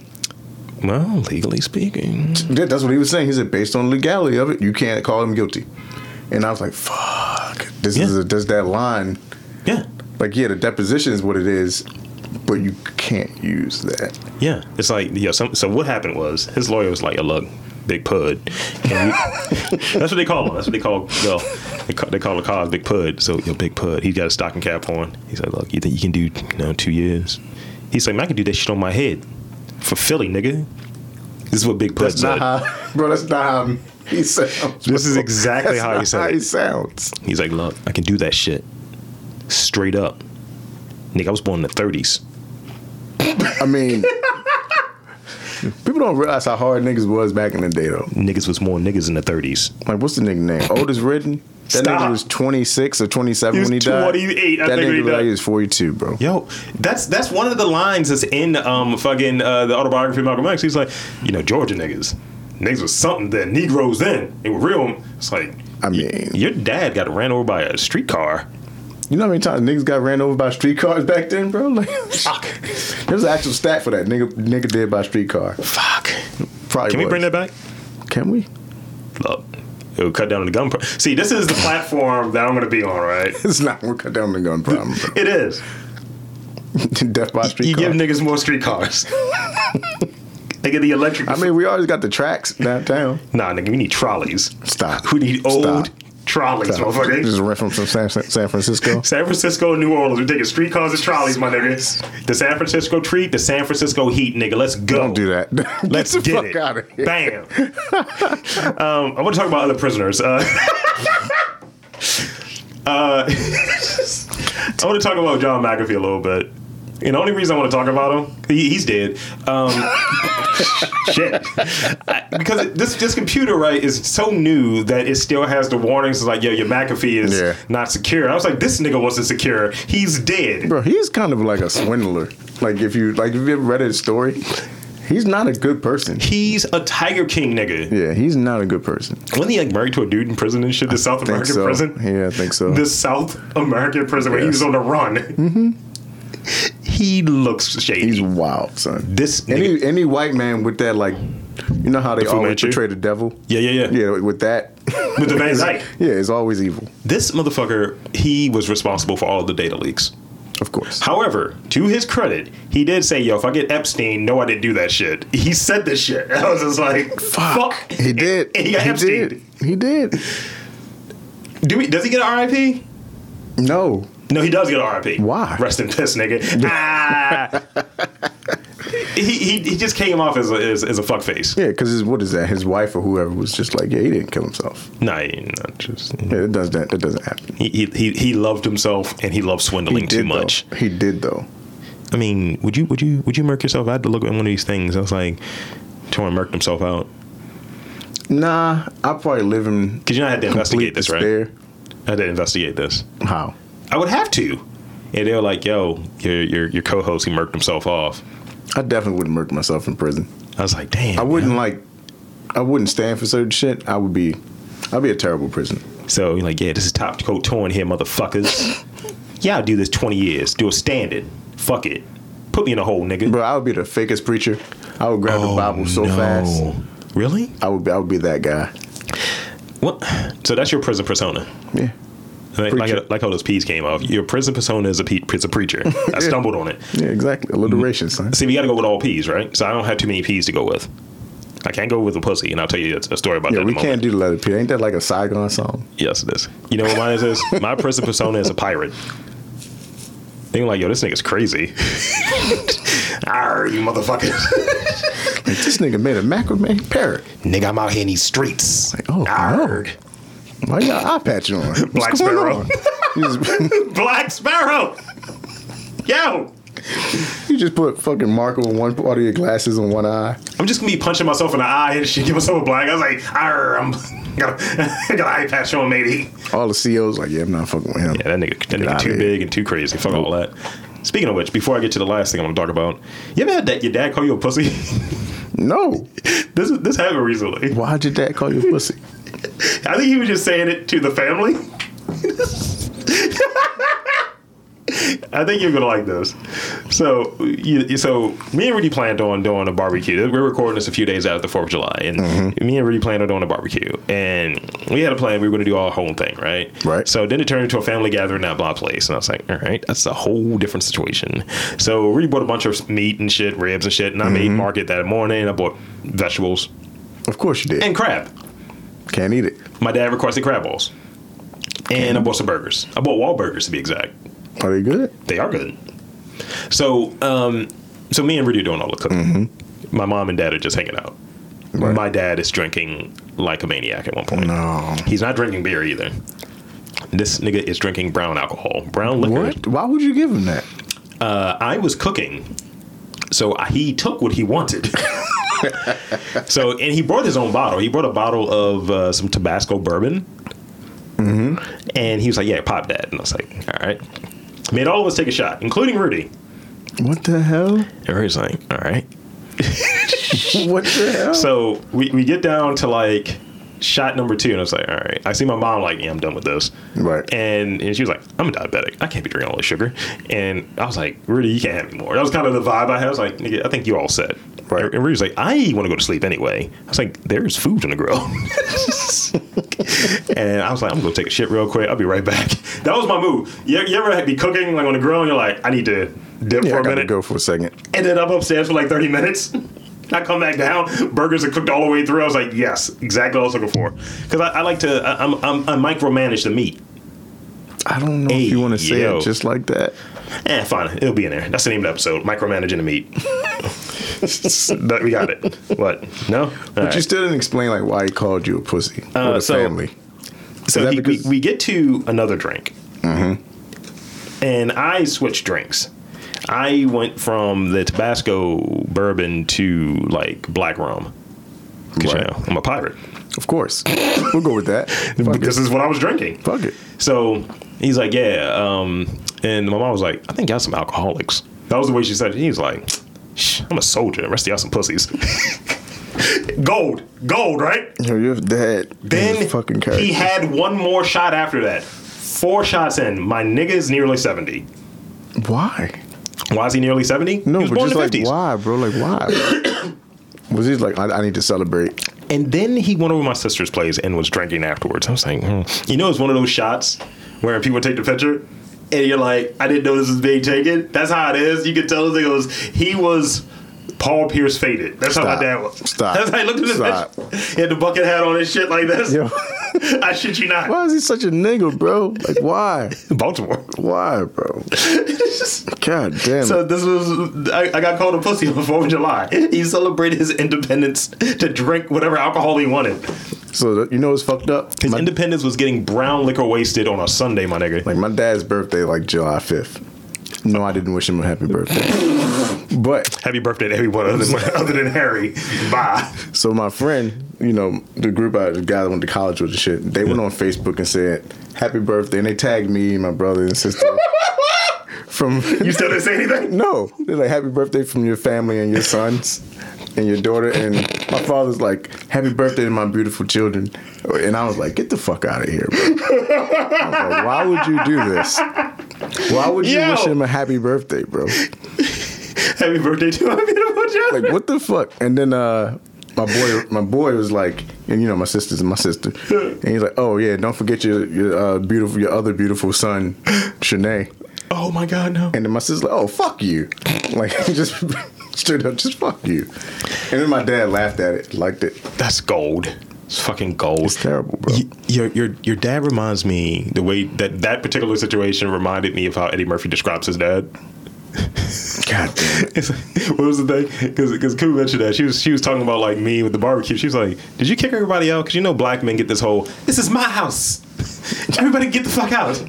Speaker 2: Well, legally speaking,
Speaker 1: Yeah, that's what he was saying. He said, based on the legality of it, you can't call him guilty. And I was like, fuck. This is
Speaker 2: Yeah.
Speaker 1: a, does that line.
Speaker 2: yeah,
Speaker 1: Like, yeah, the deposition is what it is, but you can't use that.
Speaker 2: yeah. It's like yeah. Some, so what happened was his lawyer was like, "Yo, look, Big Pud." And we- that's what they call him. That's what they call. Well, they call, they call the cause Big Pud. So yo, Big Pud, he's got a stocking cap on. He's like, "Look, you think you can do you know two years?" He's like, "Man, I can do that shit on my head for Philly, nigga." This is what Big Pud
Speaker 1: That's
Speaker 2: said.
Speaker 1: not how, bro, that's not how he sounds.
Speaker 2: This is
Speaker 1: bro.
Speaker 2: exactly
Speaker 1: That's
Speaker 2: how he
Speaker 1: not
Speaker 2: said it.
Speaker 1: he sounds.
Speaker 2: He's like, look, I can do that shit. Straight up. Nigga, I was born in the 30s.
Speaker 1: I mean, people don't realize how hard niggas was back in the day, though.
Speaker 2: Niggas was more niggas in the 30s.
Speaker 1: Like, what's the nigga name? Oldest Ridden? That
Speaker 2: Stop.
Speaker 1: nigga was 26 or 27
Speaker 2: He was
Speaker 1: when he died.
Speaker 2: 28, I
Speaker 1: that
Speaker 2: think,
Speaker 1: nigga
Speaker 2: when he
Speaker 1: looked like
Speaker 2: died.
Speaker 1: he was 42, bro.
Speaker 2: Yo, that's that's one of the lines that's in um fucking uh, the autobiography of Malcolm X. He's like, you know, Georgia niggas. Niggas was something then. Negroes then. They were real. It's like,
Speaker 1: I mean,
Speaker 2: your dad got ran over by a streetcar.
Speaker 1: You know how many times niggas got ran over by streetcars back then, bro? Like,
Speaker 2: Fuck.
Speaker 1: there's an actual stat for that. Nigga, nigga did by streetcar.
Speaker 2: Fuck.
Speaker 1: Probably.
Speaker 2: Can we
Speaker 1: was.
Speaker 2: bring that back?
Speaker 1: Can we?
Speaker 2: Look. It would cut down on the gun. Pro- See, this is the platform that I'm going to be on, right?
Speaker 1: It's not. We'll cut down the gun problem. Bro.
Speaker 2: It is.
Speaker 1: Death by
Speaker 2: You
Speaker 1: streetcar.
Speaker 2: give niggas more streetcars. they get the electric.
Speaker 1: I mean, we always got the tracks downtown.
Speaker 2: Nah, nigga, we need trolleys.
Speaker 1: Stop.
Speaker 2: We need old
Speaker 1: Stop.
Speaker 2: trolleys,
Speaker 1: Stop.
Speaker 2: motherfucker.
Speaker 1: Just rent from some San, San Francisco.
Speaker 2: San Francisco and New Orleans, we taking streetcars and trolleys, my nigga. The San Francisco treat, the San Francisco heat, nigga. Let's go.
Speaker 1: Don't do that.
Speaker 2: Let's
Speaker 1: get the
Speaker 2: get
Speaker 1: fuck
Speaker 2: it.
Speaker 1: out of here.
Speaker 2: Bam. um, I want to talk about other prisoners. Uh, uh, I want to talk about John McAfee a little bit. And the only reason I want to talk about him, he, he's dead. Um, shit. I- because this this computer, right, is so new that it still has the warnings like, yo, your McAfee is
Speaker 1: Yeah.
Speaker 2: not secure. I was like, this nigga wasn't secure. He's dead.
Speaker 1: Bro, he's kind of like a swindler. Like if you like, if you ever read his story, he's not a good person.
Speaker 2: He's a Tiger King nigga.
Speaker 1: Yeah, he's not a good person.
Speaker 2: Wasn't he like married to a dude in prison and shit? The South
Speaker 1: think
Speaker 2: American
Speaker 1: so.
Speaker 2: prison?
Speaker 1: Yeah, I think so.
Speaker 2: The South American prison where he
Speaker 1: Yes.
Speaker 2: was on the run. Mm-hmm. He looks shady.
Speaker 1: He's wild, son.
Speaker 2: This
Speaker 1: any
Speaker 2: nigga-
Speaker 1: any white man with that, like, you know how they
Speaker 2: Fu
Speaker 1: always
Speaker 2: Manchu?
Speaker 1: portray the devil.
Speaker 2: yeah, yeah, yeah,
Speaker 1: Yeah, with that.
Speaker 2: With the Van Dyke.
Speaker 1: yeah, it's always evil,
Speaker 2: This motherfucker, he was responsible for all the data leaks.
Speaker 1: of course.
Speaker 2: However, to his credit, he did say, "Yo, if I get Epstein, no, I didn't do that shit." He said this shit. I was just like, "Fuck."
Speaker 1: He did.
Speaker 2: And he got Epstein.
Speaker 1: did. He did.
Speaker 2: Do we, does he get an RIP?
Speaker 1: No,
Speaker 2: No, he does get an RIP.
Speaker 1: Why?
Speaker 2: Rest in piss, nigga. ah. he, he he just came off as a, as, as a fuck face.
Speaker 1: yeah, because what is that? His wife or whoever was just like, yeah, he didn't kill himself.
Speaker 2: Nah, he- not just
Speaker 1: Yeah, it does that. That doesn't happen.
Speaker 2: he, he he he loved himself and he loved
Speaker 1: He
Speaker 2: swindling
Speaker 1: did
Speaker 2: too much.
Speaker 1: Though. He did though.
Speaker 2: I mean, would you would you would you murk yourself? I had to look at one of these things. I was like, Torn murked himself out
Speaker 1: Nah, I probably live in
Speaker 2: because you know I had to
Speaker 1: complete
Speaker 2: investigate this, right?
Speaker 1: despair.
Speaker 2: I had to investigate this.
Speaker 1: How?
Speaker 2: I would have to. And they were like, "Yo, your your your co-host he murked himself off."
Speaker 1: I definitely wouldn't murder myself in prison.
Speaker 2: I was like, "Damn."
Speaker 1: I wouldn't like. I wouldn't stand for certain shit. I would be. I'd be a terrible prisoner.
Speaker 2: So you're like, yeah, this is top coat torn here, motherfuckers. yeah, I'll do this 20 years. Do a standard. Fuck it. Put me in a hole, nigga.
Speaker 1: Bro, I would be the fakest preacher. I would grab the Bible so
Speaker 2: Oh, no.
Speaker 1: fast.
Speaker 2: Really?
Speaker 1: I would be, I would be that guy.
Speaker 2: What? So that's your prison persona.
Speaker 1: Yeah.
Speaker 2: Like,
Speaker 1: Preacher.
Speaker 2: like, like how those P's came off. Your prison persona is a, pe- is a preacher. I stumbled on it.
Speaker 1: Yeah, exactly.
Speaker 2: Mm.
Speaker 1: Alliteration, son.
Speaker 2: See, we got to go with all P's, right? So I don't have too many P's to go with. I can't go with a pussy, and I'll tell you a a story about
Speaker 1: Yeah,
Speaker 2: that. in a
Speaker 1: we
Speaker 2: moment.
Speaker 1: can't do the letter P. Ain't that like a Saigon song?
Speaker 2: Yes, it is. You know what mine is? is? My prison persona is a pirate. They were like, yo, this nigga's crazy. Arr, you motherfuckers.
Speaker 1: Like, this nigga made a macrame parrot.
Speaker 2: Nigga, I'm out here in these streets.
Speaker 1: Like, oh,
Speaker 2: Arr.
Speaker 1: Why you got eye patch on? What's going
Speaker 2: Black Sparrow.
Speaker 1: on? You just-
Speaker 2: Black Sparrow. Yo.
Speaker 1: You just put fucking marker on one part of your glasses on one eye.
Speaker 2: I'm just gonna be punching myself in the eye and shit, give myself a black. I was like, Arr, I'm got, a, got an eye patch on, maybe.
Speaker 1: All the CEOs like, yeah, I'm not fucking with him.
Speaker 2: Yeah, that nigga, that nigga
Speaker 1: outta
Speaker 2: too
Speaker 1: here.
Speaker 2: big and too crazy. Fuck all that. Speaking of which, before I get to the last thing I'm gonna talk about, you ever had that your dad call you a pussy?
Speaker 1: No.
Speaker 2: this this happened recently.
Speaker 1: Why did that call you pussy?
Speaker 2: I think he was just saying it to the family. I think you're gonna like this. So, you, you- so me and Rudy planned on doing a barbecue. We're recording this a few days after the Fourth of July, and me and Rudy planned on doing a barbecue. And we had a plan; we were gonna do our whole thing, right?
Speaker 1: Right.
Speaker 2: So then it turned into a family gathering at my place, and I was like, "All right, that's a whole different situation." So Rudy bought a bunch of meat and shit, ribs and shit, and I made market that morning. I bought vegetables
Speaker 1: Of course you did.
Speaker 2: and crab.
Speaker 1: Can't eat it.
Speaker 2: My dad requested crab balls. And I bought some burgers. I bought wall burgers to be exact.
Speaker 1: Are they good?
Speaker 2: They are good. So, um, so me and Rudy are doing all the cooking. My mom and dad are just hanging out.
Speaker 1: Mm-hmm. Right.
Speaker 2: My dad is drinking like a maniac at one point.
Speaker 1: No.
Speaker 2: He's not drinking beer either. This nigga is drinking brown alcohol, brown liquor.
Speaker 1: What? Why would you give him that?
Speaker 2: Uh, I was cooking, so I- he took what he wanted. so, and he brought his own bottle. He brought a bottle of uh, some Tabasco bourbon. And he was like, Yeah, pop that. And I was like, All right. Made all of us take a shot, including Rudy.
Speaker 1: What the hell?
Speaker 2: And Rudy's like, All right.
Speaker 1: What the hell?
Speaker 2: So we, we get down to like shot number two, and I was like, All right. I see my mom, like, Yeah, I'm done with this.
Speaker 1: right.
Speaker 2: And, and she was like, I'm a diabetic. I can't be drinking all this sugar. And I was like, Rudy, you can't have any more. That was kind of the vibe I had. I was like, nigga, I think you're all set.
Speaker 1: Right.
Speaker 2: And Rudy was like, I want to go to sleep anyway. I was like, there's food on the grill. and I was like, I'm going to take a shit real quick. I'll be right back. That was my move. You, you ever be cooking like on the grill and you're like, I need to dip
Speaker 1: yeah,
Speaker 2: for
Speaker 1: I
Speaker 2: a
Speaker 1: gotta
Speaker 2: minute?
Speaker 1: go for a second.
Speaker 2: And then I'm upstairs for like 30 minutes. I come back down, burgers are cooked all the way through. I was like, yes, exactly what I was looking for. Because I, I like to, I, I'm, I'm, I micromanage the meat.
Speaker 1: I don't know
Speaker 2: Hey,
Speaker 1: if you want to say
Speaker 2: yo.
Speaker 1: it just like that.
Speaker 2: Eh, fine. It'll be in there. That's the name of the episode. Micromanaging the meat. That- we got it. What? No? All
Speaker 1: But you
Speaker 2: right.
Speaker 1: still didn't explain like why he called you a pussy
Speaker 2: Uh,
Speaker 1: or the
Speaker 2: so-
Speaker 1: family.
Speaker 2: so
Speaker 1: that
Speaker 2: he, we,
Speaker 1: because-
Speaker 2: we get to another drink.
Speaker 1: Mm-hmm.
Speaker 2: And I switched drinks. I went from the Tabasco bourbon to like black rum. 'Cause, you
Speaker 1: Right.
Speaker 2: know, I'm a pirate.
Speaker 1: Of course, we'll go with that. Fuck
Speaker 2: This
Speaker 1: it.
Speaker 2: is what I was drinking.
Speaker 1: Fuck it.
Speaker 2: So he's like, yeah. Um, and my mom was like, I think y'all some alcoholics. That was the way she said it. He was like, "Shh, I'm a soldier. The rest of y'all some pussies. gold. Gold, right?
Speaker 1: Yo, your dad. is
Speaker 2: Then
Speaker 1: a fucking
Speaker 2: he
Speaker 1: character.
Speaker 2: had one more shot after that. Four shots in. My nigga is nearly 70.
Speaker 1: why?
Speaker 2: Why is he nearly 70?
Speaker 1: No,
Speaker 2: he was
Speaker 1: but
Speaker 2: born
Speaker 1: just
Speaker 2: in
Speaker 1: like
Speaker 2: the 50s.
Speaker 1: why, bro? Like why? was he like, I, I need to celebrate?
Speaker 2: And then he went over to my sister's place and was drinking afterwards. I was like, hmm. you know, it's one of those shots where people take the picture and you're like, I didn't know this was being taken. That's how it is. You can tell this nigga was, he was Paul Pierce faded. That's how my
Speaker 1: Stop.
Speaker 2: dad was.
Speaker 1: Stop.
Speaker 2: That's how he looked at this
Speaker 1: Stop.
Speaker 2: picture. He had the bucket hat on and shit like this.
Speaker 1: Yo.
Speaker 2: I shit you not.
Speaker 1: Why is he such a nigga, bro? Like why?
Speaker 2: Baltimore.
Speaker 1: Why, bro? God damn.
Speaker 2: So
Speaker 1: it.
Speaker 2: this was I, I got called a pussy on the Fourth of July. He celebrated his independence to drink whatever alcohol he wanted.
Speaker 1: So that- you know what's fucked up?
Speaker 2: His
Speaker 1: My-
Speaker 2: independence was getting brown liquor wasted on a Sunday, my nigga.
Speaker 1: Like my dad's birthday, like July fifth. No, I didn't wish him a happy birthday. but
Speaker 2: Happy birthday to everyone other than, other than Harry. Bye.
Speaker 1: so my friend, you know, the group I the guy that went to college with and shit, they went on Facebook and said happy birthday, and they tagged me, my brother and sister from.
Speaker 2: You still didn't say anything?
Speaker 1: No, they're like happy birthday from your family and your sons and your daughter. And my father's like happy birthday to my beautiful children. And I was like, get the fuck out of here, bro. I was like, why would you do this? Why would you
Speaker 2: Yo.
Speaker 1: wish him a happy birthday, bro?
Speaker 2: Happy birthday to my beautiful child.
Speaker 1: like what the fuck and then uh my boy my boy was like and you know my sister's my sister and he's like oh yeah don't forget your your uh, beautiful your other beautiful son Shanae
Speaker 2: oh my god, no.
Speaker 1: and then my sister's like oh fuck you like just straight up just fuck you and then my dad laughed at it liked it
Speaker 2: That's gold. It's fucking gold.
Speaker 1: it's terrible bro
Speaker 2: Y- Your, your your dad reminds me the way that that particular situation reminded me of how Eddie Murphy describes his dad.
Speaker 1: god damn it.
Speaker 2: It's like, what was the thing? Because Koo mentioned that she was she was talking about like me with the barbecue. She was like, "Did you kick everybody out?" Because you know black men get this whole "This is my house, everybody get the fuck out."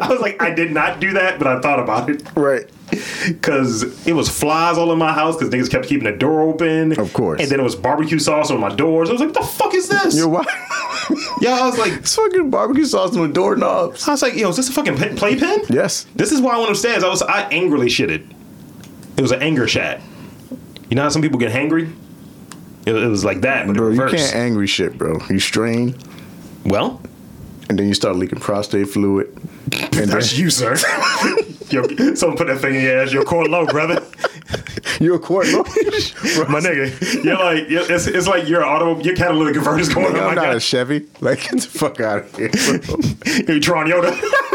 Speaker 2: I was like, I did not do that, but I thought about it.
Speaker 1: right
Speaker 2: because it was flies all in my house because niggas kept keeping the door open.
Speaker 1: Of course.
Speaker 2: And then it was barbecue sauce on my doors. I was like, what the fuck is this?
Speaker 1: Yo, why?
Speaker 2: yeah, I was like,
Speaker 1: it's fucking barbecue sauce on the doorknobs.
Speaker 2: I was like, yo, is this a fucking pla- playpen?
Speaker 1: Yes.
Speaker 2: This is why I went upstairs. I was I angrily shitted. It was an anger shat. You know how some people get hangry? It, it was like that, but
Speaker 1: Bro,
Speaker 2: in
Speaker 1: you
Speaker 2: reverse.
Speaker 1: can't angry shit, bro. You strain,
Speaker 2: Well,
Speaker 1: and then you start leaking prostate fluid. And then
Speaker 2: that's you, sir. Yo, someone put that thing in your ass. You're core low, brother.
Speaker 1: you're a court lawyer. Bro,
Speaker 2: My nigga, you're like you're- it's, it's like your auto your catalytic converter's
Speaker 1: I'm
Speaker 2: going. Oh my
Speaker 1: not a
Speaker 2: god,
Speaker 1: Chevy. Like, get the fuck out of here. bro.
Speaker 2: you Tron Yoda.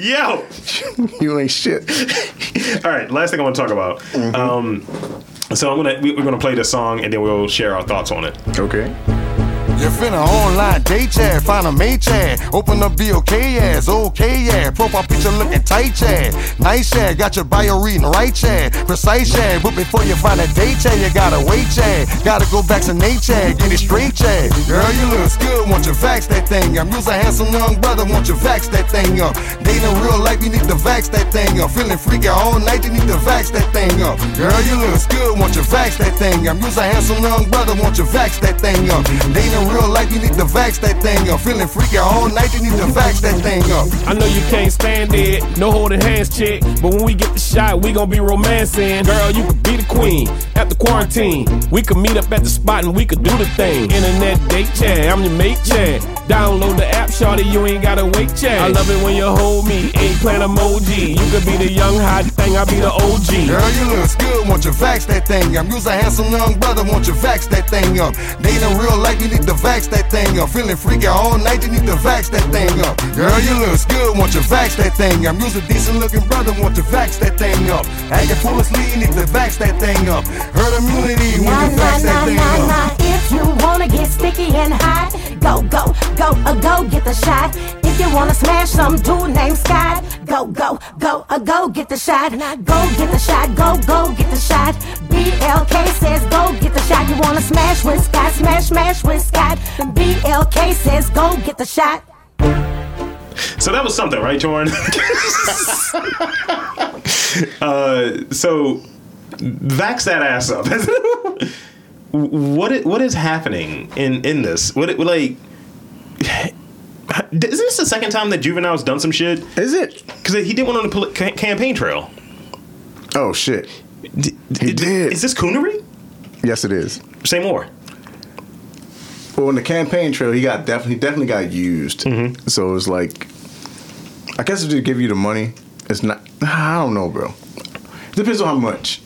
Speaker 2: Yo,
Speaker 1: you ain't shit.
Speaker 2: All right, last thing I want to talk about.
Speaker 1: Mm-hmm.
Speaker 2: Um, so I'm gonna we- we're gonna play this song and then we'll share our thoughts on it.
Speaker 1: Okay.
Speaker 3: You're finna online date chat, find a mate chat. Open up be okay ass, okay yeah. Profile picture looking tight chat. Nice chat, got your bio reading right chat. Precise chat, but before you find a date chat, you gotta wait chat. Gotta go vaccinate chat, get it straight chat. Girl, you look good, want you vax that thing up. You's a handsome young brother, want you vax that thing up. Dating real life, you need to vax that thing up. Feeling freaky all night, you need to vax that thing up. Girl, you look good, want you vax that thing up. You's a handsome young brother, want you vax that thing up. Dating real life, you need to vax that thing up. Feeling freaky all night, you need to vax that thing up.
Speaker 4: I know you can't stand it, no holding hands, chick. But when we get the shot, we gon' be romancing. Girl, you could be the queen at the quarantine. We could meet up at the spot and we could do the thing. Internet date chat, I'm your mate chat. Download the app, shorty, you ain't gotta wait chat. I love it when you hold me, eggplant emoji. You could be the young hot thing, I be the OG.
Speaker 3: Girl, you look good, won't you vax that thing up? You's a handsome young brother, won't you vax that thing up? Dating real life, you need to vax that thing up. Feeling freaky all night, you need to vax that thing up. Girl, you look good, won't you vax that thing up? You's a decent looking brother, won't you vax that thing up? Acting foolishly, you need to vax that thing up. Herd immunity, when
Speaker 5: Nah,
Speaker 3: you
Speaker 5: nah,
Speaker 3: vax that
Speaker 5: nah,
Speaker 3: thing
Speaker 5: nah,
Speaker 3: up.
Speaker 5: nah. If you wanna get sticky and hot, go, go, go, uh, go get the shot. If you wanna smash some dude named Scott, go, go, go, uh, go get the shot. Now go get the shot, go, go get the shot. BLK says go get the shot. You wanna smash with Scott, smash, smash with Scott. BLK says go get the shot.
Speaker 2: So that was something, right, Jorn? uh, so vax that ass up. what i- what is happening in in this? What it- like? Isn't this the second time that Juvenile's done some shit?
Speaker 1: Is it?
Speaker 2: Because he did one on the poli- ca- campaign trail.
Speaker 1: Oh shit.
Speaker 2: D-
Speaker 1: He did.
Speaker 2: Is this coonery?
Speaker 1: Yes, it is.
Speaker 2: Say more.
Speaker 1: Well, on the campaign trail, he got definitely definitely got used.
Speaker 2: Mm-hmm.
Speaker 1: So it was like, I guess if they give you the money, it's not. I don't know, bro. Depends on how much.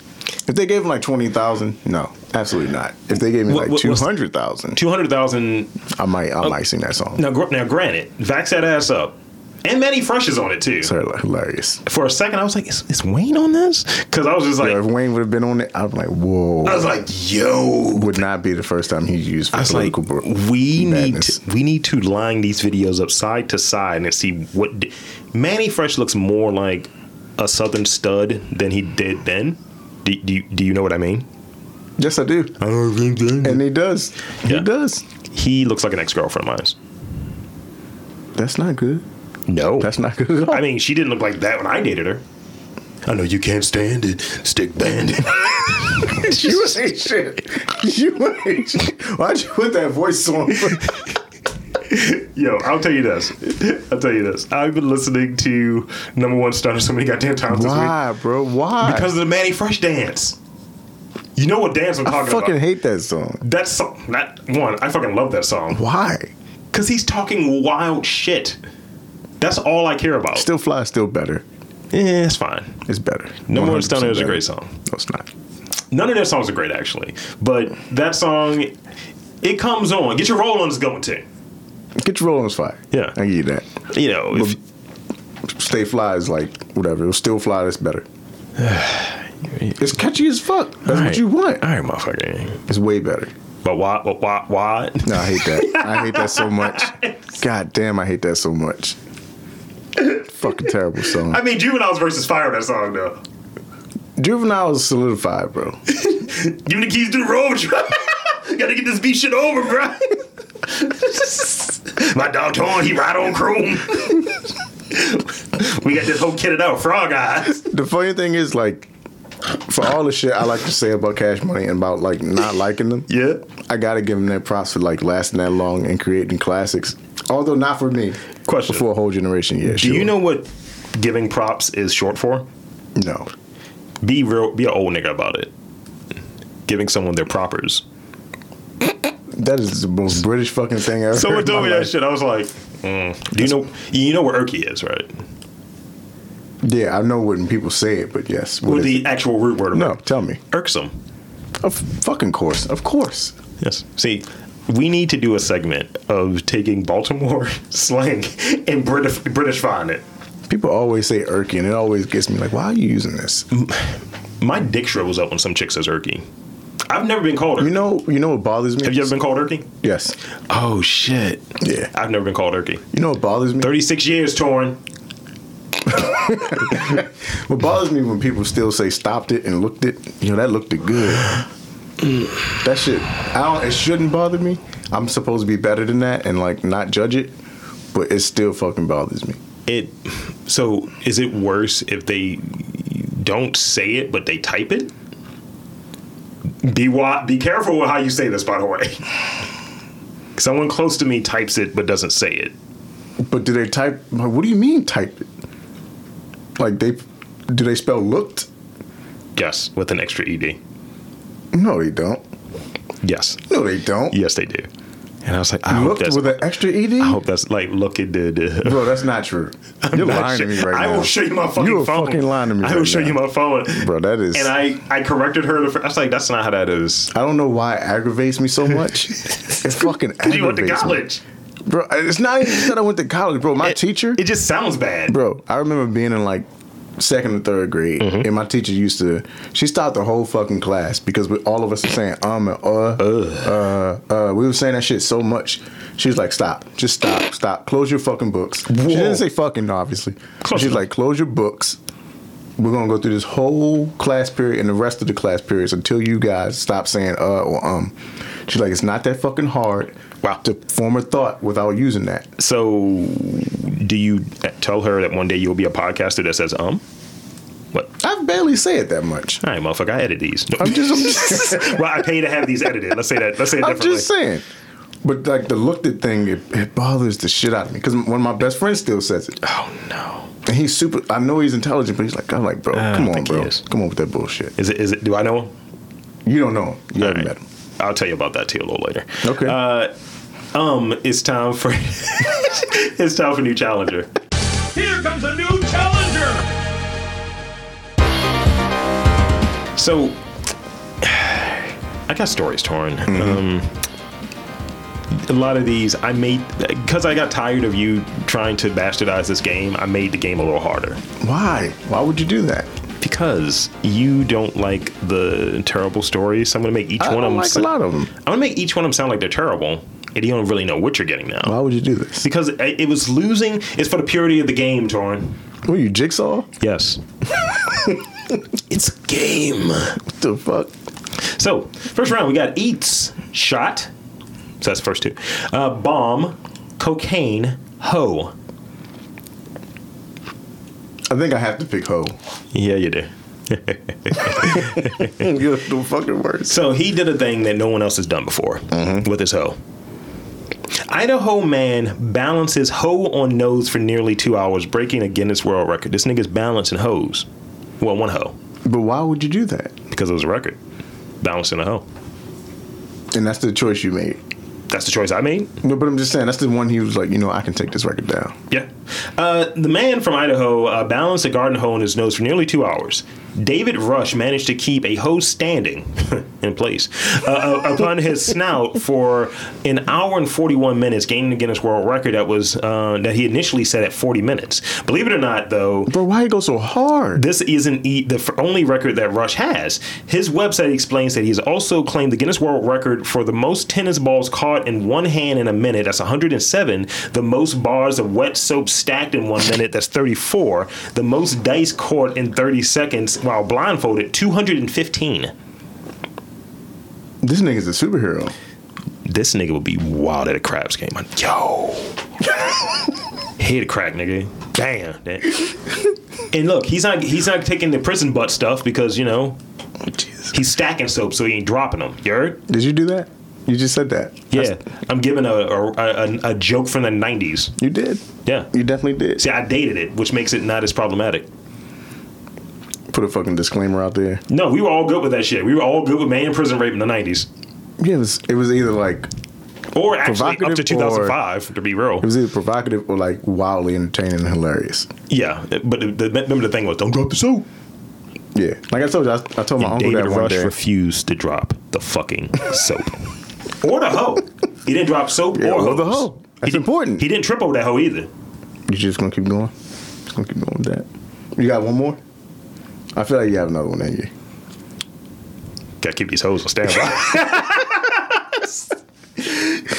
Speaker 1: If they gave him like twenty thousand, no, absolutely not. If they gave me
Speaker 2: What-
Speaker 1: like
Speaker 2: what
Speaker 1: two
Speaker 2: was-
Speaker 1: hundred thousand,
Speaker 2: Two Oh. hundred thousand.
Speaker 1: I might I might sing that song.
Speaker 2: Now, gr- now, granted, vax that ass up, and Manny Fresh is on it too.
Speaker 1: It's hila- hilarious.
Speaker 2: For a second, I was like, "Is, is Wayne on this?" Because I was just like,
Speaker 1: If Wayne would have been on it, I'm like, whoa.
Speaker 2: I was like, yo.
Speaker 1: would not be the first time he used for
Speaker 2: I was like,
Speaker 1: political bro-
Speaker 2: we need
Speaker 1: madness.
Speaker 2: to, we need to line these videos up side to side and see what di- Manny Fresh looks more like a Southern stud than he did then. Do, do, you, do you know what I mean?
Speaker 1: Yes, I do, and he does.
Speaker 2: Yeah.
Speaker 1: He does.
Speaker 2: He looks like an ex girlfriend of
Speaker 1: That's not good.
Speaker 2: mine. No,
Speaker 1: That's not good at all.
Speaker 2: I mean, she didn't look like that when I dated her. I know you can't stand it, stick bandit.
Speaker 1: you ain't shit. You ain't shit. Why'd you put that voice on?
Speaker 2: Yo, I'll tell you this. I'll tell you this. I've been listening to number one stunner so many goddamn times this week.
Speaker 1: Why, bro? Why?
Speaker 2: because of the Manny Fresh dance. You know what dance I'm
Speaker 1: I
Speaker 2: talking
Speaker 1: fucking
Speaker 2: about?
Speaker 1: hate that song.
Speaker 2: that song, that one, I fucking love that song
Speaker 1: Why?
Speaker 2: because he's talking wild shit. That's all I care about.
Speaker 1: Still fly, still better.
Speaker 2: yeah, it's fine.
Speaker 1: It's better.
Speaker 2: Number one
Speaker 1: 100%
Speaker 2: stunner is a
Speaker 1: better.
Speaker 2: great song.
Speaker 1: No, it's not.
Speaker 2: None of their songs are great actually, but that song, it comes on. Get your roll on is going to.
Speaker 1: Get your Rollins fire.
Speaker 2: Yeah.
Speaker 1: I give you that.
Speaker 2: You know, if,
Speaker 1: Stay fly is like whatever. It'll still fly. That's better. it's catchy as fuck. That's what
Speaker 2: Alright.
Speaker 1: you want.
Speaker 2: all right, motherfucker.
Speaker 1: It's way better.
Speaker 2: But why? But why? Why?
Speaker 1: No, I hate that. I hate that so much. God damn, I hate that so much. Fucking terrible song.
Speaker 2: I mean, Juveniles versus Fire. That song though.
Speaker 1: Juvenile is solidified, bro.
Speaker 2: Give me the keys to the road, bro. Gotta get this beat shit over, bro. My dog Torn, he ride on chrome. we got this whole kitted out frog eyes.
Speaker 1: The funny thing is, like, for all the shit I like to say about Cash Money and about like not liking them,
Speaker 2: Yeah.
Speaker 1: I gotta give them that props for like lasting that long and creating classics. Although not for me,
Speaker 2: Question.
Speaker 1: for a whole generation. Yeah,
Speaker 2: Do you know what giving props is short for?
Speaker 1: No,
Speaker 2: Be real. Be an old nigga about it. Giving someone their propers.
Speaker 1: that is the most British fucking thing I ever.
Speaker 2: Someone
Speaker 1: heard in
Speaker 2: told
Speaker 1: my
Speaker 2: me that
Speaker 1: life.
Speaker 2: shit. I was like, mm. do you know? You know where Erky is, right?
Speaker 1: Yeah, I know when people say it, but yes. what
Speaker 2: With
Speaker 1: is
Speaker 2: the actual root word
Speaker 1: it?
Speaker 2: of
Speaker 1: no,
Speaker 2: it.
Speaker 1: tell me.
Speaker 2: irksome.
Speaker 1: Of fucking course, of course.
Speaker 2: Yes. See, we need to do a segment of taking Baltimore slang and British Britishfying it.
Speaker 1: People always say irky, and it always gets me like, why are you using this?
Speaker 2: My dick shrivels up when some chick says irky. I've never been called. Irky.
Speaker 1: You know, you know what bothers me?
Speaker 2: Have you ever been called irky?
Speaker 1: Yes.
Speaker 2: Oh shit.
Speaker 1: Yeah.
Speaker 2: I've never been called irky.
Speaker 1: You know what bothers me?
Speaker 2: Thirty-six years torn.
Speaker 1: What bothers me when people still say stopped it and looked it. You know that looked it good.
Speaker 2: Mm.
Speaker 1: that shit. I don't. It shouldn't bother me. I'm supposed to be better than that and like not judge it, but it still fucking bothers me.
Speaker 2: It. So is it worse if they don't say it but they type it? Be wa- Be careful with how you say this, by the way. Someone close to me types it but doesn't say it.
Speaker 1: But do they type? like, What do you mean type it? Like they do they spell looked?
Speaker 2: Yes, with an extra E ed.
Speaker 1: No, they don't.
Speaker 2: Yes,
Speaker 1: No, they don't.
Speaker 2: yes, they do. And I was like, I hope
Speaker 1: Looked
Speaker 2: that's.
Speaker 1: with an extra ed.
Speaker 2: I hope that's like look at the.
Speaker 1: Bro, that's not true. You're
Speaker 2: Not
Speaker 1: lying
Speaker 2: shit.
Speaker 1: to me right
Speaker 2: I
Speaker 1: now.
Speaker 2: will show you my fucking
Speaker 1: You are
Speaker 2: phone.
Speaker 1: fucking lying to me
Speaker 2: I
Speaker 1: right
Speaker 2: will show
Speaker 1: now.
Speaker 2: you my phone,
Speaker 1: Bro, that is-
Speaker 2: And I I corrected her. The fir- I was like, that's not how that is.
Speaker 1: I don't know why it aggravates me so much. it fucking aggravates
Speaker 2: You went to
Speaker 1: me.
Speaker 2: college.
Speaker 1: Bro, it's not even just that I went to college, bro. My
Speaker 2: It-
Speaker 1: teacher,
Speaker 2: It just sounds bad.
Speaker 1: bro, I remember being in like second or third grade,
Speaker 2: Mm-hmm.
Speaker 1: and my teacher used to, she stopped the whole fucking class because we, all of us were saying um and uh, uh, uh. We were saying that shit so much. She was like, stop, just stop, stop, close your fucking books. She didn't say fucking, obviously.
Speaker 2: Close
Speaker 1: She's
Speaker 2: enough.
Speaker 1: like, close your books. We're gonna go through this whole class period and the rest of the class periods until you guys stop saying uh or um. She's like, it's not that fucking hard
Speaker 2: Wow.
Speaker 1: to form a thought without using that.
Speaker 2: So, do you tell her that one day you'll be a podcaster that says um? What?
Speaker 1: I've barely said that much.
Speaker 2: All right, motherfucker, I edit these.
Speaker 1: I'm just, I'm just,
Speaker 2: well, I pay to have these edited. Let's say that. Let's say it
Speaker 1: I'm
Speaker 2: differently.
Speaker 1: just saying. But like the looked at thing, it, it bothers the shit out of me because one of my best friends still says it,
Speaker 2: oh no.
Speaker 1: and he's super. I know he's intelligent, but he's like, I'm like, bro,
Speaker 2: Ah, I
Speaker 1: come
Speaker 2: don't
Speaker 1: on,
Speaker 2: think he
Speaker 1: bro,
Speaker 2: is.
Speaker 1: come on with that bullshit.
Speaker 2: Is it? Is it? Do I know him?
Speaker 1: You don't know him. You
Speaker 2: All
Speaker 1: haven't
Speaker 2: right.
Speaker 1: met him.
Speaker 2: I'll tell you about that too a little later.
Speaker 1: Okay.
Speaker 2: Uh, um, it's time for it's time for new challenger.
Speaker 4: Here comes a new challenger.
Speaker 2: So I got stories torn.
Speaker 1: Mm-hmm.
Speaker 2: Um, a lot of these I made because I got tired of you trying to bastardize this game. I made the game a little harder
Speaker 1: Why? Why would you do that?
Speaker 2: because you don't like the terrible stories. So I'm gonna make each
Speaker 1: I
Speaker 2: one of
Speaker 1: don't
Speaker 2: them.
Speaker 1: like a lot of them.
Speaker 2: I'm gonna make each one of them sound like they're terrible, and you don't really know what you're getting now.
Speaker 1: Why would you do this?
Speaker 2: because it it was losing. It's for the purity of the game, Torn.
Speaker 1: What are you jigsaw?
Speaker 2: Yes. it's a game.
Speaker 1: What the fuck?
Speaker 2: So, first round, we got Eats, Shot. So that's the first two. Uh, bomb, Cocaine, Hoe.
Speaker 1: I think I have to pick hoe.
Speaker 2: Yeah, you do.
Speaker 1: You're the fucking worst.
Speaker 2: So he did a thing that no one else has done before with his hoe. Idaho man balances hoe on nose for nearly two hours, breaking a Guinness World Record. This nigga's balancing hoes. Well, one hoe,
Speaker 1: But why would you do that?
Speaker 2: because it was a record. Balancing a hoe.
Speaker 1: And that's the choice you made.
Speaker 2: That's the choice I made.
Speaker 1: No, but I'm just saying that's the one he was like, you know, I can take this record down.
Speaker 2: Yeah. Uh, the man from Idaho uh, balanced a garden hoe in his nose for nearly two hours. David Rush managed to keep a hoe standing in place uh, uh, upon his snout for an hour and 41 minutes, gaining the Guinness World Record that was uh, that he initially set at 40 minutes. Believe it or not, though,
Speaker 1: Bro, why you go so hard?
Speaker 2: this isn't e- the f- only record that Rush has. His website explains that he's also claimed the Guinness World Record for the most tennis balls caught in one hand in a minute. That's 107. The most bars of wet soap stacked in one minute. That's 34. The most dice caught in 30 seconds while blindfolded. 215.
Speaker 1: This nigga's a superhero.
Speaker 2: Oh, This nigga would be wild at a craps game. Yo. Head crack, nigga. Damn. that- and look, he's not he's not taking the prison butt stuff because you know
Speaker 1: Jesus.
Speaker 2: he's stacking soap, so he ain't dropping them. You heard?
Speaker 1: Did you do that? You just said that.
Speaker 2: Yeah, I'm giving a a, a a joke from the '90s.
Speaker 1: You did.
Speaker 2: Yeah.
Speaker 1: You definitely did.
Speaker 2: See, I dated it, which makes it not as problematic.
Speaker 1: Put a fucking disclaimer out there.
Speaker 2: No, we were all good with that shit. We were all good with man prison rape in the '90s,
Speaker 1: Yeah, it was, it was either like
Speaker 2: or actually up
Speaker 1: Provocative
Speaker 2: to
Speaker 1: or-
Speaker 2: 2005, to be real.
Speaker 1: it was either provocative or like wildly entertaining and hilarious.
Speaker 2: Yeah, but the, the, remember the thing was, don't drop the soap.
Speaker 1: Yeah, like I told you, I, I told my
Speaker 2: And
Speaker 1: uncle
Speaker 2: David
Speaker 1: that one
Speaker 2: Rush
Speaker 1: day.
Speaker 2: refused to drop the fucking soap or the hoe. He didn't drop soap
Speaker 1: Yeah,
Speaker 2: or
Speaker 1: or the
Speaker 2: hose.
Speaker 1: hoe.
Speaker 2: He
Speaker 1: That's
Speaker 2: didn't-
Speaker 1: important.
Speaker 2: He didn't trip over that hoe either.
Speaker 1: you just gonna keep going? Just gonna keep going with that. You got one more? I feel like you have another one in you.
Speaker 2: Gotta keep these hoes on standby.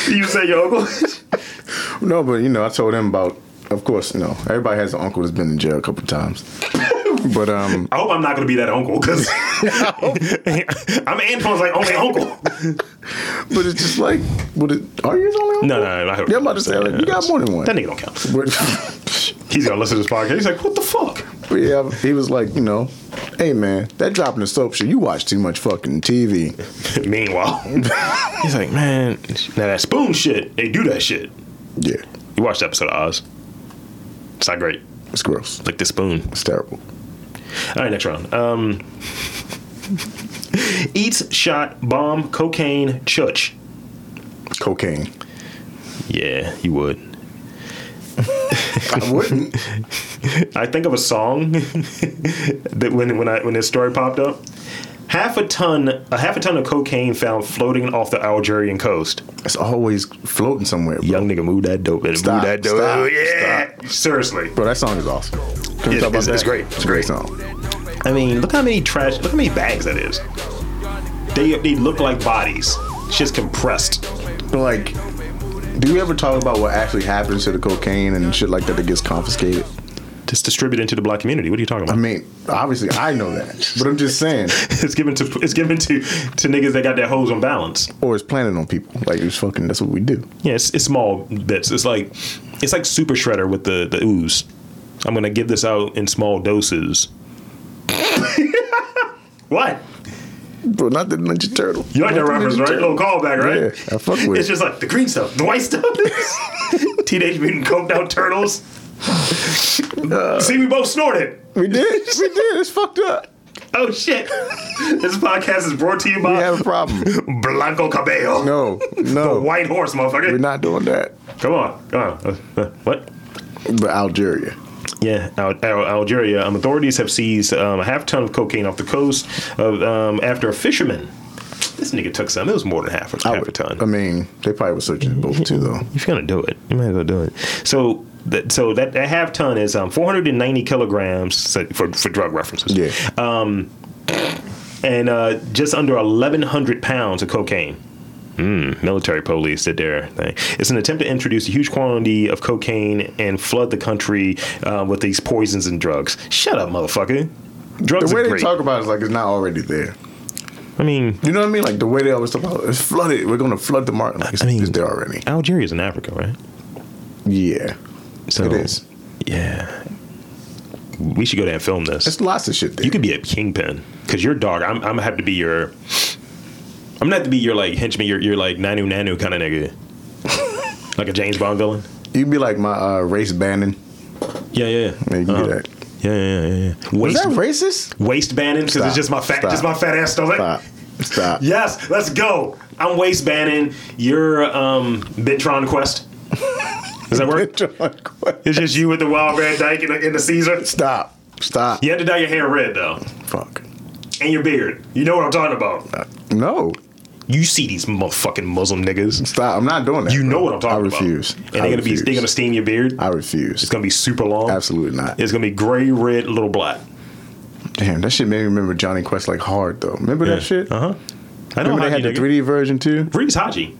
Speaker 2: you say your uncle?
Speaker 1: No, but you know, I told him about. Of course, you know, everybody has an uncle that's been in jail a couple times. but um,
Speaker 2: I hope I'm not gonna be that uncle because I'm Antoine's like only uncle.
Speaker 1: but it's just like, what it, are you his only uncle?
Speaker 2: No, no, no. I hope
Speaker 1: Yeah, I'm about to say, like, you got more than one.
Speaker 2: That nigga don't count.
Speaker 1: But,
Speaker 2: He's gonna listen to this podcast. He's like, what the fuck?
Speaker 1: but yeah, he was like, you know, hey man, that dropping the soap shit. You watch too much fucking TV.
Speaker 2: Meanwhile, he's like, man, now that spoon shit, they do that shit.
Speaker 1: Yeah,
Speaker 2: You watched the episode of Oz. It's not great.
Speaker 1: it's gross.
Speaker 2: Like the spoon.
Speaker 1: It's terrible.
Speaker 2: All right, next round. Um, eats, shot, bomb, cocaine, church.
Speaker 1: Cocaine.
Speaker 2: Yeah, you would.
Speaker 1: I wouldn't.
Speaker 2: I think of a song that when when I when this story popped up, half a ton a half a ton of cocaine found floating off the Algerian coast.
Speaker 1: It's always floating somewhere. Bro,
Speaker 2: Young nigga, move that dope and
Speaker 1: Stop,
Speaker 2: move that dope.
Speaker 1: stop,
Speaker 2: Oh, yeah, seriously.
Speaker 1: Bro, that song is awesome. Can we
Speaker 2: It-
Speaker 1: talk about
Speaker 2: it's- it's
Speaker 1: that?
Speaker 2: great.
Speaker 1: It's a great song.
Speaker 2: I mean, look how many trash. Look how many bags that is. They they look like bodies. Shit's compressed.
Speaker 1: But like, do you ever talk about what actually happens to the cocaine and shit like that that gets confiscated?
Speaker 2: Just distributed into the black community. What are you talking
Speaker 1: I
Speaker 2: about?
Speaker 1: mean, obviously I know that, but I'm just saying,
Speaker 2: it's given to it's given to to niggas that got their hoes on balance.
Speaker 1: or it's planted on people. Like it's fucking. That's what we do.
Speaker 2: Yeah, it's, it's small bits. It's like it's like super shredder with the the ooze. I'm gonna give this out in small doses. what?
Speaker 1: Bro, not the Ninja Turtle.
Speaker 2: You like that reference, right? Little callback, right?
Speaker 1: Yeah, I fuck with
Speaker 2: It's
Speaker 1: it.
Speaker 2: just like the green stuff, the white stuff, teenage mutant coked out turtles.
Speaker 1: Uh.
Speaker 2: See, we both snorted.
Speaker 1: We did. We did. It's fucked up.
Speaker 2: Oh shit! this podcast is brought to you
Speaker 1: We
Speaker 2: by
Speaker 1: have a problem.
Speaker 2: Blanco Cabello.
Speaker 1: No, no.
Speaker 2: The white horse, motherfucker.
Speaker 1: We're not doing that.
Speaker 2: Come on, come on. Uh, uh, what?
Speaker 1: But Algeria.
Speaker 2: Yeah, Al- Al- Algeria. Um, authorities have seized um, a half ton of cocaine off the coast of, um, after a fisherman. This nigga took some. It was more than half, a-
Speaker 1: Oh,
Speaker 2: half a ton.
Speaker 1: I mean, they probably were searching both too, though.
Speaker 2: if you're gonna do it, you might as well do it. So. That, so that, that half ton is um, 490 kilograms so- for, for drug references. Um,
Speaker 1: Yeah.
Speaker 2: And uh, just under 1,100 pounds of cocaine. Mm, military police did their thing. It's an attempt to introduce a huge quantity of cocaine and flood the country uh, with these poisons and drugs. Shut up, motherfucker. Drugs
Speaker 1: the way
Speaker 2: are
Speaker 1: they
Speaker 2: great.
Speaker 1: talk about it is like it's not already there.
Speaker 2: I mean,
Speaker 1: You know what I mean? Like the way they always talk about it, it's flooded. We're gonna flood the market. Like, it's,
Speaker 2: I mean-
Speaker 1: it's there already.
Speaker 2: Algeria's in Africa, right?
Speaker 1: Yeah,
Speaker 2: So
Speaker 1: it is.
Speaker 2: Yeah. We should go there and film this.
Speaker 1: It's lots of shit there.
Speaker 2: you could be a kingpin because your dog. I'm, I'm gonna have to be your. I'm gonna have to be your like henchman. Your your like nanu nanu kind of nigga, like a James Bond villain.
Speaker 1: You could be like my uh, race Bannon.
Speaker 2: Yeah,
Speaker 1: Yeah,
Speaker 2: yeah, yeah,
Speaker 1: you can do
Speaker 2: Uh-huh.
Speaker 1: that.
Speaker 2: yeah, yeah, yeah, yeah.
Speaker 1: Was
Speaker 2: Waist,
Speaker 1: that racist?
Speaker 2: waist banding because
Speaker 1: Stop.
Speaker 2: it's just my fat,
Speaker 1: Stop.
Speaker 2: just my fat ass stomach.
Speaker 1: Stop. Stop.
Speaker 2: Yes, let's go. I'm waist banding. You're um, Bentron Quest. Does that work? It's just you with the wild red dyke and the, and the Caesar.
Speaker 1: Stop. Stop.
Speaker 2: You had to dye your hair red though,
Speaker 1: Fuck.
Speaker 2: and your beard. You know what I'm talking about.
Speaker 1: No.
Speaker 2: You see these motherfucking Muslim niggas.
Speaker 1: Stop. I'm not doing that.
Speaker 2: You know
Speaker 1: bro.
Speaker 2: what I'm talking
Speaker 1: I
Speaker 2: about.
Speaker 1: refuse.
Speaker 2: And
Speaker 1: I
Speaker 2: they're gonna be
Speaker 1: refuse.
Speaker 2: they're gonna steam your beard.
Speaker 1: I refuse.
Speaker 2: It's gonna be super long.
Speaker 1: Absolutely not.
Speaker 2: It's gonna be gray, red, little black.
Speaker 1: Damn, that shit made me remember Johnny Quest like hard though. Remember that shit?
Speaker 2: Uh huh. I know
Speaker 1: Remember they had the 3D version too?
Speaker 2: Rudy's Haji.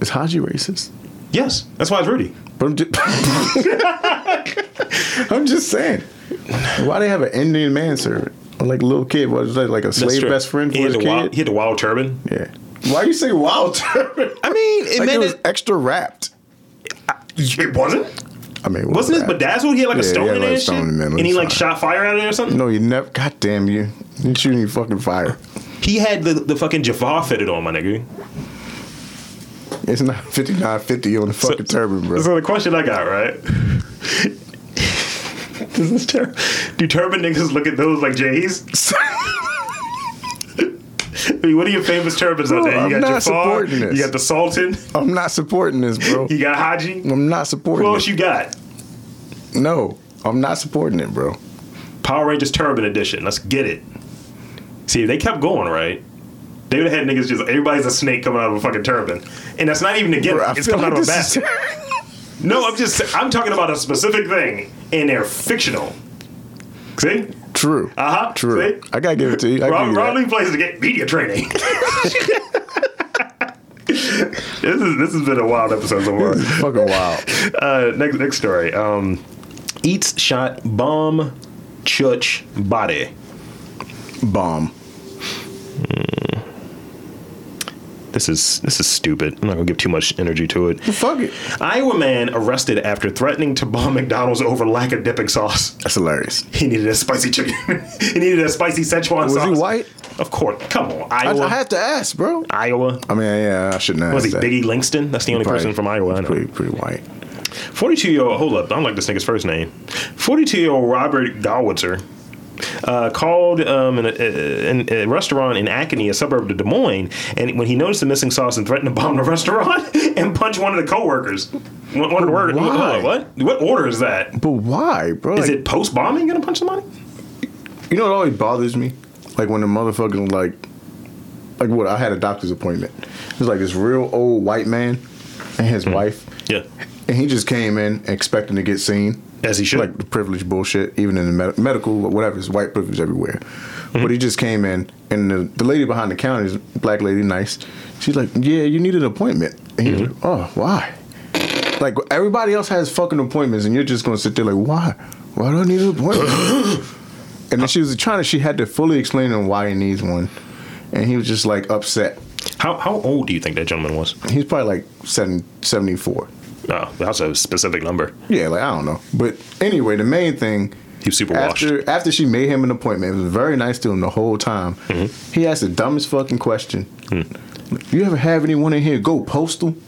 Speaker 1: Is Haji racist?
Speaker 2: Yes, that's why it's Rudy.
Speaker 1: But I'm just, I'm just saying. Why they have an Indian manservant? Or like a little kid? What is that? Like a slave
Speaker 2: true.
Speaker 1: best friend for
Speaker 2: He had
Speaker 1: his
Speaker 2: the
Speaker 1: kid?
Speaker 2: wild, he had the wild turban.
Speaker 1: Yeah. Why you say wild turban?
Speaker 2: I mean, it
Speaker 1: Like
Speaker 2: made
Speaker 1: it was
Speaker 2: it,
Speaker 1: extra wrapped.
Speaker 2: it. wasn't.
Speaker 1: I mean, what
Speaker 2: Wasn't this
Speaker 1: that?
Speaker 2: bedazzled? He had like
Speaker 1: Yeah,
Speaker 2: a
Speaker 1: he
Speaker 2: stone
Speaker 1: had, like,
Speaker 2: in there
Speaker 1: a
Speaker 2: and
Speaker 1: stone
Speaker 2: shit?
Speaker 1: in the middle.
Speaker 2: And he
Speaker 1: It's
Speaker 2: like
Speaker 1: fine.
Speaker 2: shot fire out of there or something?
Speaker 1: No, you never. God damn you! You shooting your fucking fire.
Speaker 2: He had the, the fucking Jafar fitted on, my nigga.
Speaker 1: It's not fifty nine fifty on the fucking turban, bro.
Speaker 2: So the question I got, right? Does this tur- do turban niggas look at those like J's? I mean, what are your famous turbans out
Speaker 1: Bro,
Speaker 2: there? You
Speaker 1: I'm
Speaker 2: got
Speaker 1: not
Speaker 2: Jafar,
Speaker 1: supporting this.
Speaker 2: you got the Sultan,
Speaker 1: I'm not supporting this, bro.
Speaker 2: you got Haji.
Speaker 1: I'm not supporting
Speaker 2: Who
Speaker 1: it.
Speaker 2: else you got?
Speaker 1: no, I'm not supporting it, bro.
Speaker 2: Power Rangers Turban Edition. Let's get it. See, if they kept going, right? They would have had niggas just everybody's a snake coming out of a fucking turban, and that's not even a gimmick.
Speaker 1: Bro, I
Speaker 2: it's
Speaker 1: feel
Speaker 2: coming
Speaker 1: like
Speaker 2: out of a
Speaker 1: this is-
Speaker 2: basket. no, I'm just I'm talking about a specific thing, and they're fictional. See,
Speaker 1: True.
Speaker 2: Uh-huh,
Speaker 1: True.
Speaker 2: see?
Speaker 1: I gotta give it to you. I give
Speaker 2: Ron,
Speaker 1: you that.
Speaker 2: Ron Lee plays to get media training. this is this has been a wild episode so far.
Speaker 1: Fucking wild.
Speaker 2: Uh, next next story. Um, eats shot bomb, church body.
Speaker 1: Bomb.
Speaker 2: This is this is stupid. I'm not gonna give too much energy to it.
Speaker 1: Fuck it.
Speaker 2: Iowa man arrested after threatening to bomb McDonald's over lack of dipping sauce.
Speaker 1: That's hilarious.
Speaker 2: He needed a spicy chicken. he needed a spicy Szechuan
Speaker 1: Was
Speaker 2: sauce.
Speaker 1: he white?
Speaker 2: Of course. Come on,
Speaker 1: I,
Speaker 2: Iowa.
Speaker 1: I had to ask, bro.
Speaker 2: Iowa.
Speaker 1: I mean, yeah, I shouldn't have.
Speaker 2: Was he
Speaker 1: asked that.
Speaker 2: Biggie Langston? That's the only
Speaker 1: Probably
Speaker 2: person from Iowa I know.
Speaker 1: Pretty, pretty white.
Speaker 2: 42 year old, hold up, I don't like this nigga's first name. 42 year old Robert Gawitzer uh, called um, in, a, in a restaurant in Acne, a suburb of Des Moines, and when he noticed the missing sauce and threatened to bomb the restaurant and punch one of the coworkers. One, one of the workers.
Speaker 1: Why?
Speaker 2: hold on, What? What order is that? Is
Speaker 1: But why, bro? Like,
Speaker 2: it post bombing gonna punch somebody?
Speaker 1: You know what always bothers me? Like when the motherfucking like like what I had a doctor's appointment. It was like this real old white man and his
Speaker 2: Mm.
Speaker 1: wife.
Speaker 2: Yeah.
Speaker 1: And he just came in expecting to get seen.
Speaker 2: As he should.
Speaker 1: Like the privilege bullshit, even in the med- medical, whatever. It's white privilege everywhere. But he just came in, and the, the lady behind the counter is a black lady, nice. She's like, Yeah, you need an appointment. And he's like, Oh, why? Like, everybody else has fucking appointments, and you're just gonna sit there like, Why? Why do I need an appointment? and then she was trying to, she had to fully explain to him why he needs one. And he was just like upset.
Speaker 2: How, how old do you think that gentleman was?
Speaker 1: He's probably like seven, 74.
Speaker 2: Oh, that's a specific number.
Speaker 1: Yeah, like I don't know. But anyway, the main thing
Speaker 2: He was super washed.
Speaker 1: after after she made him an appointment, it was very nice to him the whole time.
Speaker 2: Mm-hmm.
Speaker 1: He asked the dumbest fucking question. You ever have anyone in here go postal?
Speaker 2: Mm.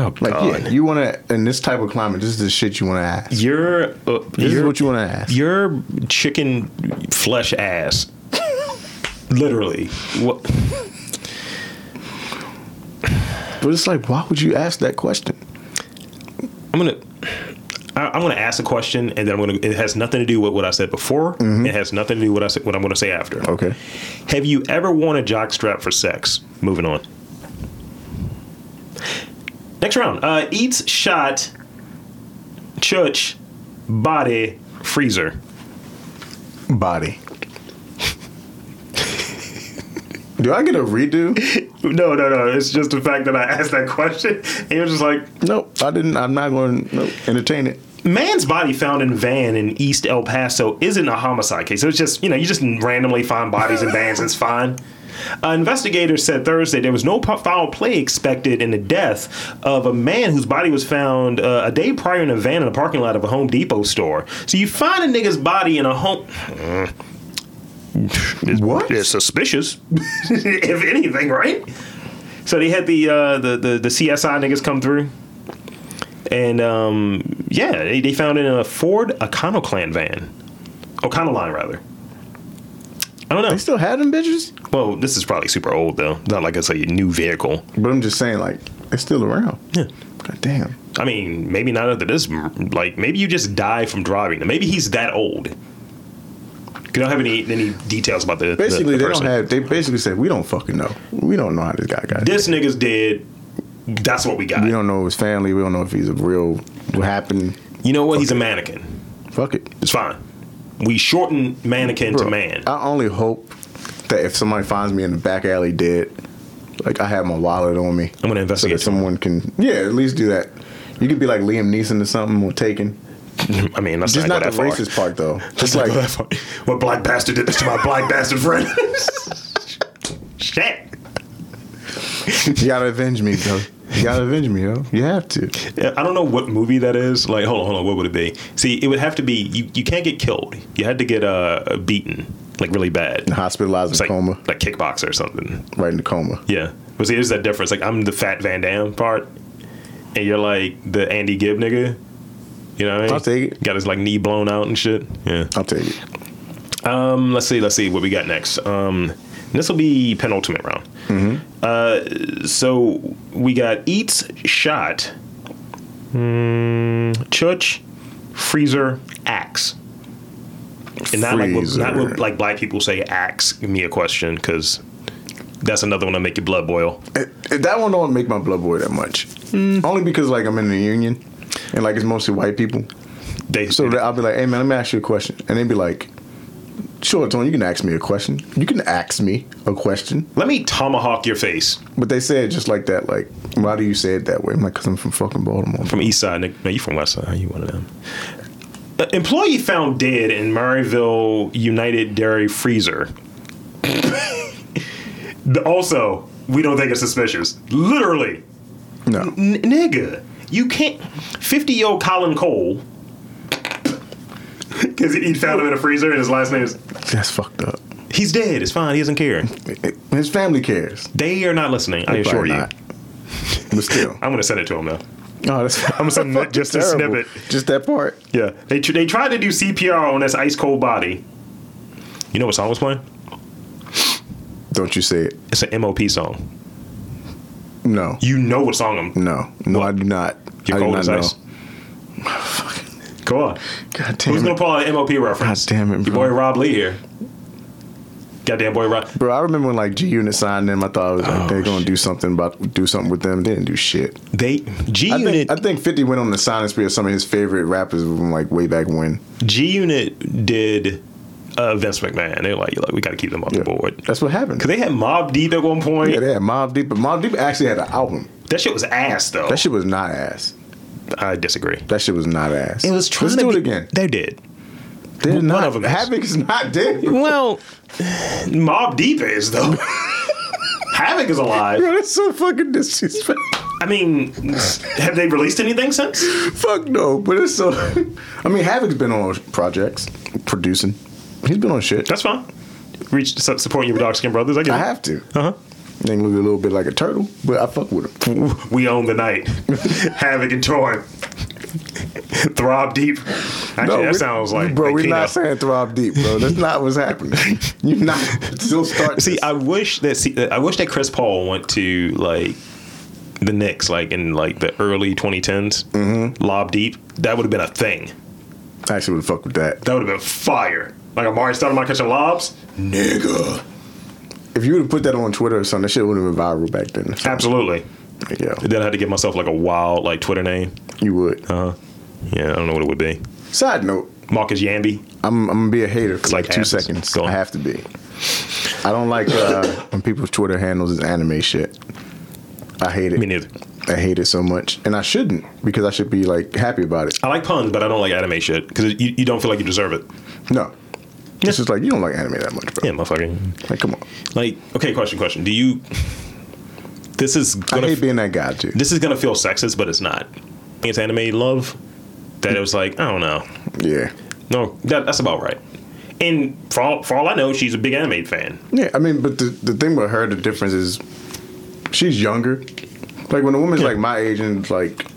Speaker 2: Oh,
Speaker 1: Like
Speaker 2: God.
Speaker 1: yeah, you want to in this type of climate, this is the shit you want to ask.
Speaker 2: Your, uh,
Speaker 1: This is
Speaker 2: your-
Speaker 1: what you want to ask.
Speaker 2: Your chicken flesh ass. Literally. What?
Speaker 1: But it's like, why would you ask that question?
Speaker 2: I'm gonna. I- I'm going to ask a question, and then I'm going to. It has nothing to do with what I said before. It has nothing to do with what I said. What I'm going to say after.
Speaker 1: Okay.
Speaker 2: Have you ever worn a jockstrap for sex? Moving on. Next round. Uh, eats shot. Church, body, freezer.
Speaker 1: Body. Do I get a redo?
Speaker 2: No, no, no. It's just the fact that I asked that question, and you're just like,
Speaker 1: nope, I didn't. I'm not going to nope, entertain it.
Speaker 2: Man's body found in van in East El Paso isn't a homicide case. It was just, you know, you just randomly find bodies in vans. It's fine. Uh, investigators said Thursday there was no po- foul play expected in the death of a man whose body was found uh, a day prior in a van in a parking lot of a Home Depot store. So you find a nigga's body in a home.
Speaker 1: What?
Speaker 2: It's suspicious, if anything, right? So they had the uh, the, the the CSI niggas come through, and um, yeah, they, they found it in a Ford O'Connell van, O'Connell line rather. I don't know.
Speaker 1: They still had them bitches?
Speaker 2: Well, this is probably super old though. Not like it's a new vehicle.
Speaker 1: But I'm just saying, like, it's still around. Yeah. God damn.
Speaker 2: I mean, maybe not after this. m- Like, maybe you just die from driving. Maybe he's that old. You don't have any any details about the the-
Speaker 1: Basically,
Speaker 2: the
Speaker 1: they don't
Speaker 2: person.
Speaker 1: have. They basically said we don't fucking know. We don't know how this guy got.
Speaker 2: This nigga's dead. That's what we got.
Speaker 1: we don't know his family. We don't know if he's a real. What happened?
Speaker 2: You know what? He's a mannequin.
Speaker 1: Fuck it,
Speaker 2: It's fine. We shorten mannequin
Speaker 1: Bro,
Speaker 2: to man.
Speaker 1: I only hope that if somebody finds me in the back alley dead, like I have my wallet on me, so
Speaker 2: I'm gonna
Speaker 1: that
Speaker 2: investigate.
Speaker 1: someone can. Yeah, at least do that. You could be like Liam Neeson or something or Taken.
Speaker 2: I mean, that's
Speaker 1: Just
Speaker 2: not,
Speaker 1: not the
Speaker 2: go that far.
Speaker 1: racist part though.
Speaker 2: Let's
Speaker 1: Just
Speaker 2: not
Speaker 1: like
Speaker 2: go that far. what black bastard did this to my black bastard friend? Shit.
Speaker 1: you gotta avenge me, bro. You gotta avenge me, yo. You have to.
Speaker 2: Yeah, I don't know what movie that is. Like, hold on, hold on. What would it be? See, it would have to be you. You can't get killed. You had to get uh, beaten, like really bad.
Speaker 1: Hospitalized
Speaker 2: It's
Speaker 1: in
Speaker 2: like
Speaker 1: coma.
Speaker 2: like kickboxer or something.
Speaker 1: Right in the coma.
Speaker 2: Yeah, but see, there's that difference. Like, I'm the fat Van Damme part, and you're like the Andy Gibb nigga. You know what I mean?
Speaker 1: I'll take it.
Speaker 2: Got his like knee blown out and shit. Yeah.
Speaker 1: I'll take it.
Speaker 2: Um, let's see, let's see what we got next. Um, this will be penultimate round.
Speaker 1: Mm-hmm.
Speaker 2: Uh, so we got eats, shot, mm, chuch, freezer, axe. And not like what, not
Speaker 1: Freezer.
Speaker 2: what like black people say. Ask me a question because that's another one that make your blood boil.
Speaker 1: Eh, That one don't make my blood boil that much.
Speaker 2: Mm.
Speaker 1: Only because like I'm in the union, and like it's mostly white people.
Speaker 2: They
Speaker 1: So that I'll be like, "Hey man, let me ask you a question," and they'd be like, "Sure, Tony, you can ask me a question. You can ask me a question."
Speaker 2: let me tomahawk your face
Speaker 1: But they say it just like that. Like, why do you say it that way? I'm like, "Cause I'm from fucking Baltimore."
Speaker 2: from East Side. Nick. No, you from West Side. You one of them. Uh, employee found dead in Murrayville United Dairy freezer. The- also, we don't think it's suspicious. Literally,
Speaker 1: No,
Speaker 2: N- nigga, you can't. Fifty-year-old Colin Cole, because he, he found him in a freezer, and his last name is.
Speaker 1: that's fucked up.
Speaker 2: He's dead. It's fine. He doesn't care.
Speaker 1: It- it- His family cares.
Speaker 2: They are not listening. I assure
Speaker 1: Probably
Speaker 2: you.
Speaker 1: not. But still,
Speaker 2: I'm gonna send it to him though.
Speaker 1: oh, that's I'm
Speaker 2: sending that- just a snippet.
Speaker 1: just that part.
Speaker 2: Yeah, they tr- they tried to do CPR on this ice cold body. You know what song was playing?
Speaker 1: Don't you say it?
Speaker 2: It's an MOP song.
Speaker 1: No,
Speaker 2: You know what song I'm.
Speaker 1: no, no. I do not.
Speaker 2: You're
Speaker 1: I do
Speaker 2: cold
Speaker 1: not
Speaker 2: as ice. Go on.
Speaker 1: God
Speaker 2: Who's
Speaker 1: damn
Speaker 2: gonna
Speaker 1: it,
Speaker 2: pull out an MOP reference?
Speaker 1: God damn it,
Speaker 2: Your
Speaker 1: bro.
Speaker 2: boy Rob Lee here. Goddamn boy Rob.
Speaker 1: bro! I remember when like G Unit signed them. I thought I was like,
Speaker 2: Oh,
Speaker 1: they're gonna
Speaker 2: shit.
Speaker 1: do something about do something with them. They didn't do shit.
Speaker 2: They G
Speaker 1: I
Speaker 2: Unit
Speaker 1: think, I think Fifty went on the signing spree of some of his favorite rappers from like way back when.
Speaker 2: G Unit did uh, Vince McMahon. They're like, like we got to keep them on
Speaker 1: Yeah.
Speaker 2: the board.
Speaker 1: That's what happened.
Speaker 2: Cause they had Mob Deep at one point.
Speaker 1: Yeah, they had Mob Deep, but Mob Deep actually had an album.
Speaker 2: That shit was ass though.
Speaker 1: That shit was not ass.
Speaker 2: I disagree.
Speaker 1: That shit was not ass.
Speaker 2: It was trying
Speaker 1: Let's
Speaker 2: to
Speaker 1: do
Speaker 2: be-
Speaker 1: it again.
Speaker 2: They did.
Speaker 1: They're
Speaker 2: one
Speaker 1: not,
Speaker 2: of 'em is.
Speaker 1: Havoc is not dead. Bro,
Speaker 2: Well, Mob Deep is though. Havoc is alive.
Speaker 1: that's so fucking disrespectful.
Speaker 2: I mean, have they released anything since?
Speaker 1: Fuck no, but it's so. I mean, Havoc's been on projects, producing. He's been on shit.
Speaker 2: That's fine. Reach su- support your dark skinned brothers. I get
Speaker 1: I
Speaker 2: it.
Speaker 1: have to.
Speaker 2: Uh-huh.
Speaker 1: They look a little bit like a turtle, but I fuck with him.
Speaker 2: We own the night. Havoc and Torn. Throb deep. Actually, that
Speaker 1: we-
Speaker 2: sounds like
Speaker 1: bro.
Speaker 2: like
Speaker 1: We're
Speaker 2: Keno.
Speaker 1: not saying throb deep, bro. That's not what's happening. you not still start.
Speaker 2: See,
Speaker 1: this.
Speaker 2: I wish that see, I wish that Chris Paul went to like the Knicks, like in like the early 2010s. Mm-hmm. Lob deep. That would have been a thing.
Speaker 1: I actually would fuck with that.
Speaker 2: That would have been fire. Like Amari Stoudemire catching lobs.
Speaker 1: Nigga. If you would have put that on Twitter or something, that shit would have been viral back then.
Speaker 2: Absolutely.
Speaker 1: Like, yo,
Speaker 2: Then I had to give myself like a wild like Twitter name.
Speaker 1: you would.
Speaker 2: Uh, yeah, I don't know what it would be.
Speaker 1: Side note,
Speaker 2: Marcus Yandy.
Speaker 1: I'm, I'm gonna be a hater for
Speaker 2: like
Speaker 1: like, two
Speaker 2: asses.
Speaker 1: seconds.
Speaker 2: Go on.
Speaker 1: I have to be. I don't like uh, when people's Twitter handles is anime shit. I hate it.
Speaker 2: Me neither.
Speaker 1: I hate it so much, and I shouldn't because I should be like happy about it.
Speaker 2: I like puns, but I don't like anime shit because you, you don't feel like you deserve it.
Speaker 1: No, it's just like you don't like anime that much, bro.
Speaker 2: Yeah, motherfucker.
Speaker 1: Like, come on.
Speaker 2: Like, okay, question, question. Do you? This is
Speaker 1: I
Speaker 2: gonna.
Speaker 1: hate being that guy too.
Speaker 2: this is gonna feel sexist, but it's not. It's anime love. That it was like I don't know.
Speaker 1: Yeah,
Speaker 2: No, that, that's about right. And for all, for all I know, she's a big anime fan.
Speaker 1: yeah. I mean, but the the thing with her, the difference is she's younger. Like when a woman's like my age and it's like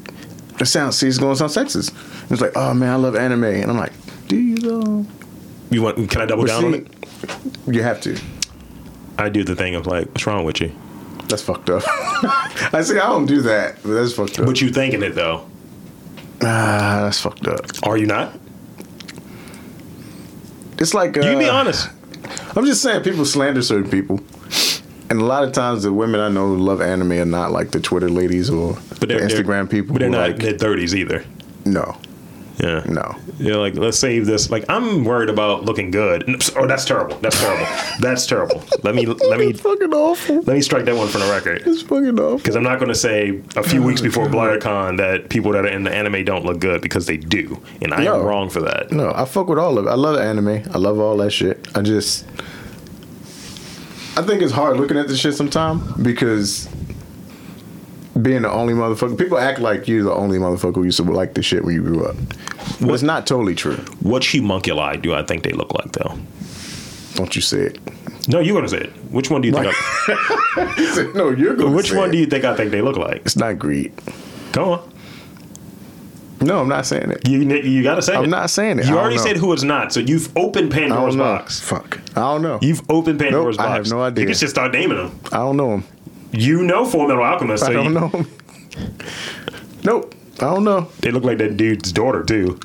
Speaker 1: it sounds, see, it's going to sound sexist. It's like, oh man, I love anime, and I'm like, do you though?
Speaker 2: You want? Can I double
Speaker 1: But
Speaker 2: down on
Speaker 1: see,
Speaker 2: it?
Speaker 1: You have to.
Speaker 2: I do the thing of like, what's wrong with you?
Speaker 1: That's fucked up. I say I don't do that, but that's fucked up.
Speaker 2: But you thinking it though?
Speaker 1: ah, that's fucked up.
Speaker 2: Are you not?
Speaker 1: It's like uh,
Speaker 2: you be honest.
Speaker 1: I'm just saying people slander certain people. And a lot of times the women I know who love anime are not like the Twitter ladies or
Speaker 2: But
Speaker 1: the
Speaker 2: they're, they're-
Speaker 1: Instagram people.
Speaker 2: But they're
Speaker 1: who
Speaker 2: not
Speaker 1: like,
Speaker 2: mid thirties either.
Speaker 1: no,
Speaker 2: Yeah.
Speaker 1: no.
Speaker 2: Yeah, like let's save this. Like I'm worried about looking good. N- Oh, that's terrible. That's horrible. that's terrible. Let me let me
Speaker 1: It's fucking awful.
Speaker 2: let me strike that one from the record.
Speaker 1: It's fucking awful.
Speaker 2: Because I'm not going to say a few weeks before BlurCon that people that are in the anime don't look good because they do, and I
Speaker 1: No.
Speaker 2: am wrong for that.
Speaker 1: No, I fuck with all of it. I love anime. I love all that shit. I just, I think it's hard looking at this shit sometimes because being the only motherfucker. People act like you're the only motherfucker who used to like the shit when you grew up. But it's not totally true.
Speaker 2: What humunculi do I think they look like, though?
Speaker 1: Don't you say it.
Speaker 2: No, you're gonna say it. Which one do you think? I,
Speaker 1: no, you're going.
Speaker 2: which
Speaker 1: say
Speaker 2: one
Speaker 1: it.
Speaker 2: do you think I think they look like?
Speaker 1: It's not greed.
Speaker 2: Go on.
Speaker 1: No, I'm not saying it.
Speaker 2: You you gotta say it.
Speaker 1: I'm not saying it. I
Speaker 2: You
Speaker 1: don't
Speaker 2: already
Speaker 1: know.
Speaker 2: said who it's not, so you've opened
Speaker 1: I
Speaker 2: Pandora's
Speaker 1: don't know.
Speaker 2: box.
Speaker 1: Fuck. I don't know.
Speaker 2: You've opened Pandora's
Speaker 1: Nope, I
Speaker 2: box.
Speaker 1: have no idea.
Speaker 2: You can just start naming them.
Speaker 1: I don't know him.
Speaker 2: You know Full Metal Alchemist.
Speaker 1: I
Speaker 2: so
Speaker 1: don't
Speaker 2: you-
Speaker 1: know him. nope. I don't know.
Speaker 2: They look like that dude's daughter too.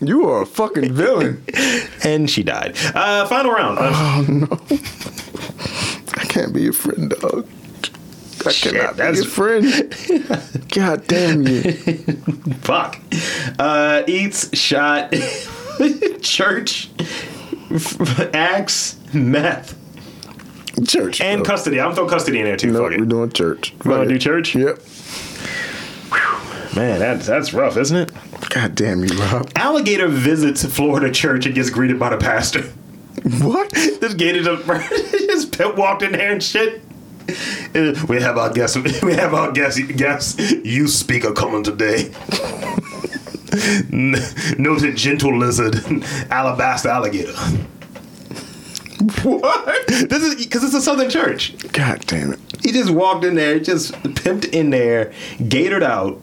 Speaker 1: You are a fucking villain.
Speaker 2: And she died. Uh, final round. Uh,
Speaker 1: I can't be your friend, dog. I cannot be
Speaker 2: that's-
Speaker 1: your friend. God damn you. Oh.
Speaker 2: fuck. Uh, eats shot. church. axe. Meth.
Speaker 1: Church.
Speaker 2: And
Speaker 1: bro.
Speaker 2: custody. I'm throwing custody in there too.
Speaker 1: No,
Speaker 2: fuck it.
Speaker 1: we're doing church.
Speaker 2: You wanna
Speaker 1: Fuck
Speaker 2: do
Speaker 1: it.
Speaker 2: church?
Speaker 1: Yep.
Speaker 2: Man, that's that's rough, isn't it?
Speaker 1: God damn you, Rob.
Speaker 2: Alligator visits Florida church and gets greeted by the pastor.
Speaker 1: What?
Speaker 2: This gated up, his pet walked in there and shit. And, We have our guests. We have our guests. Guests, you speaker coming today. N- Noted gentle lizard, alabaster alligator. What? This is because it's a southern church.
Speaker 1: God damn it.
Speaker 2: He just walked in there, just pimped in there, gaitered out,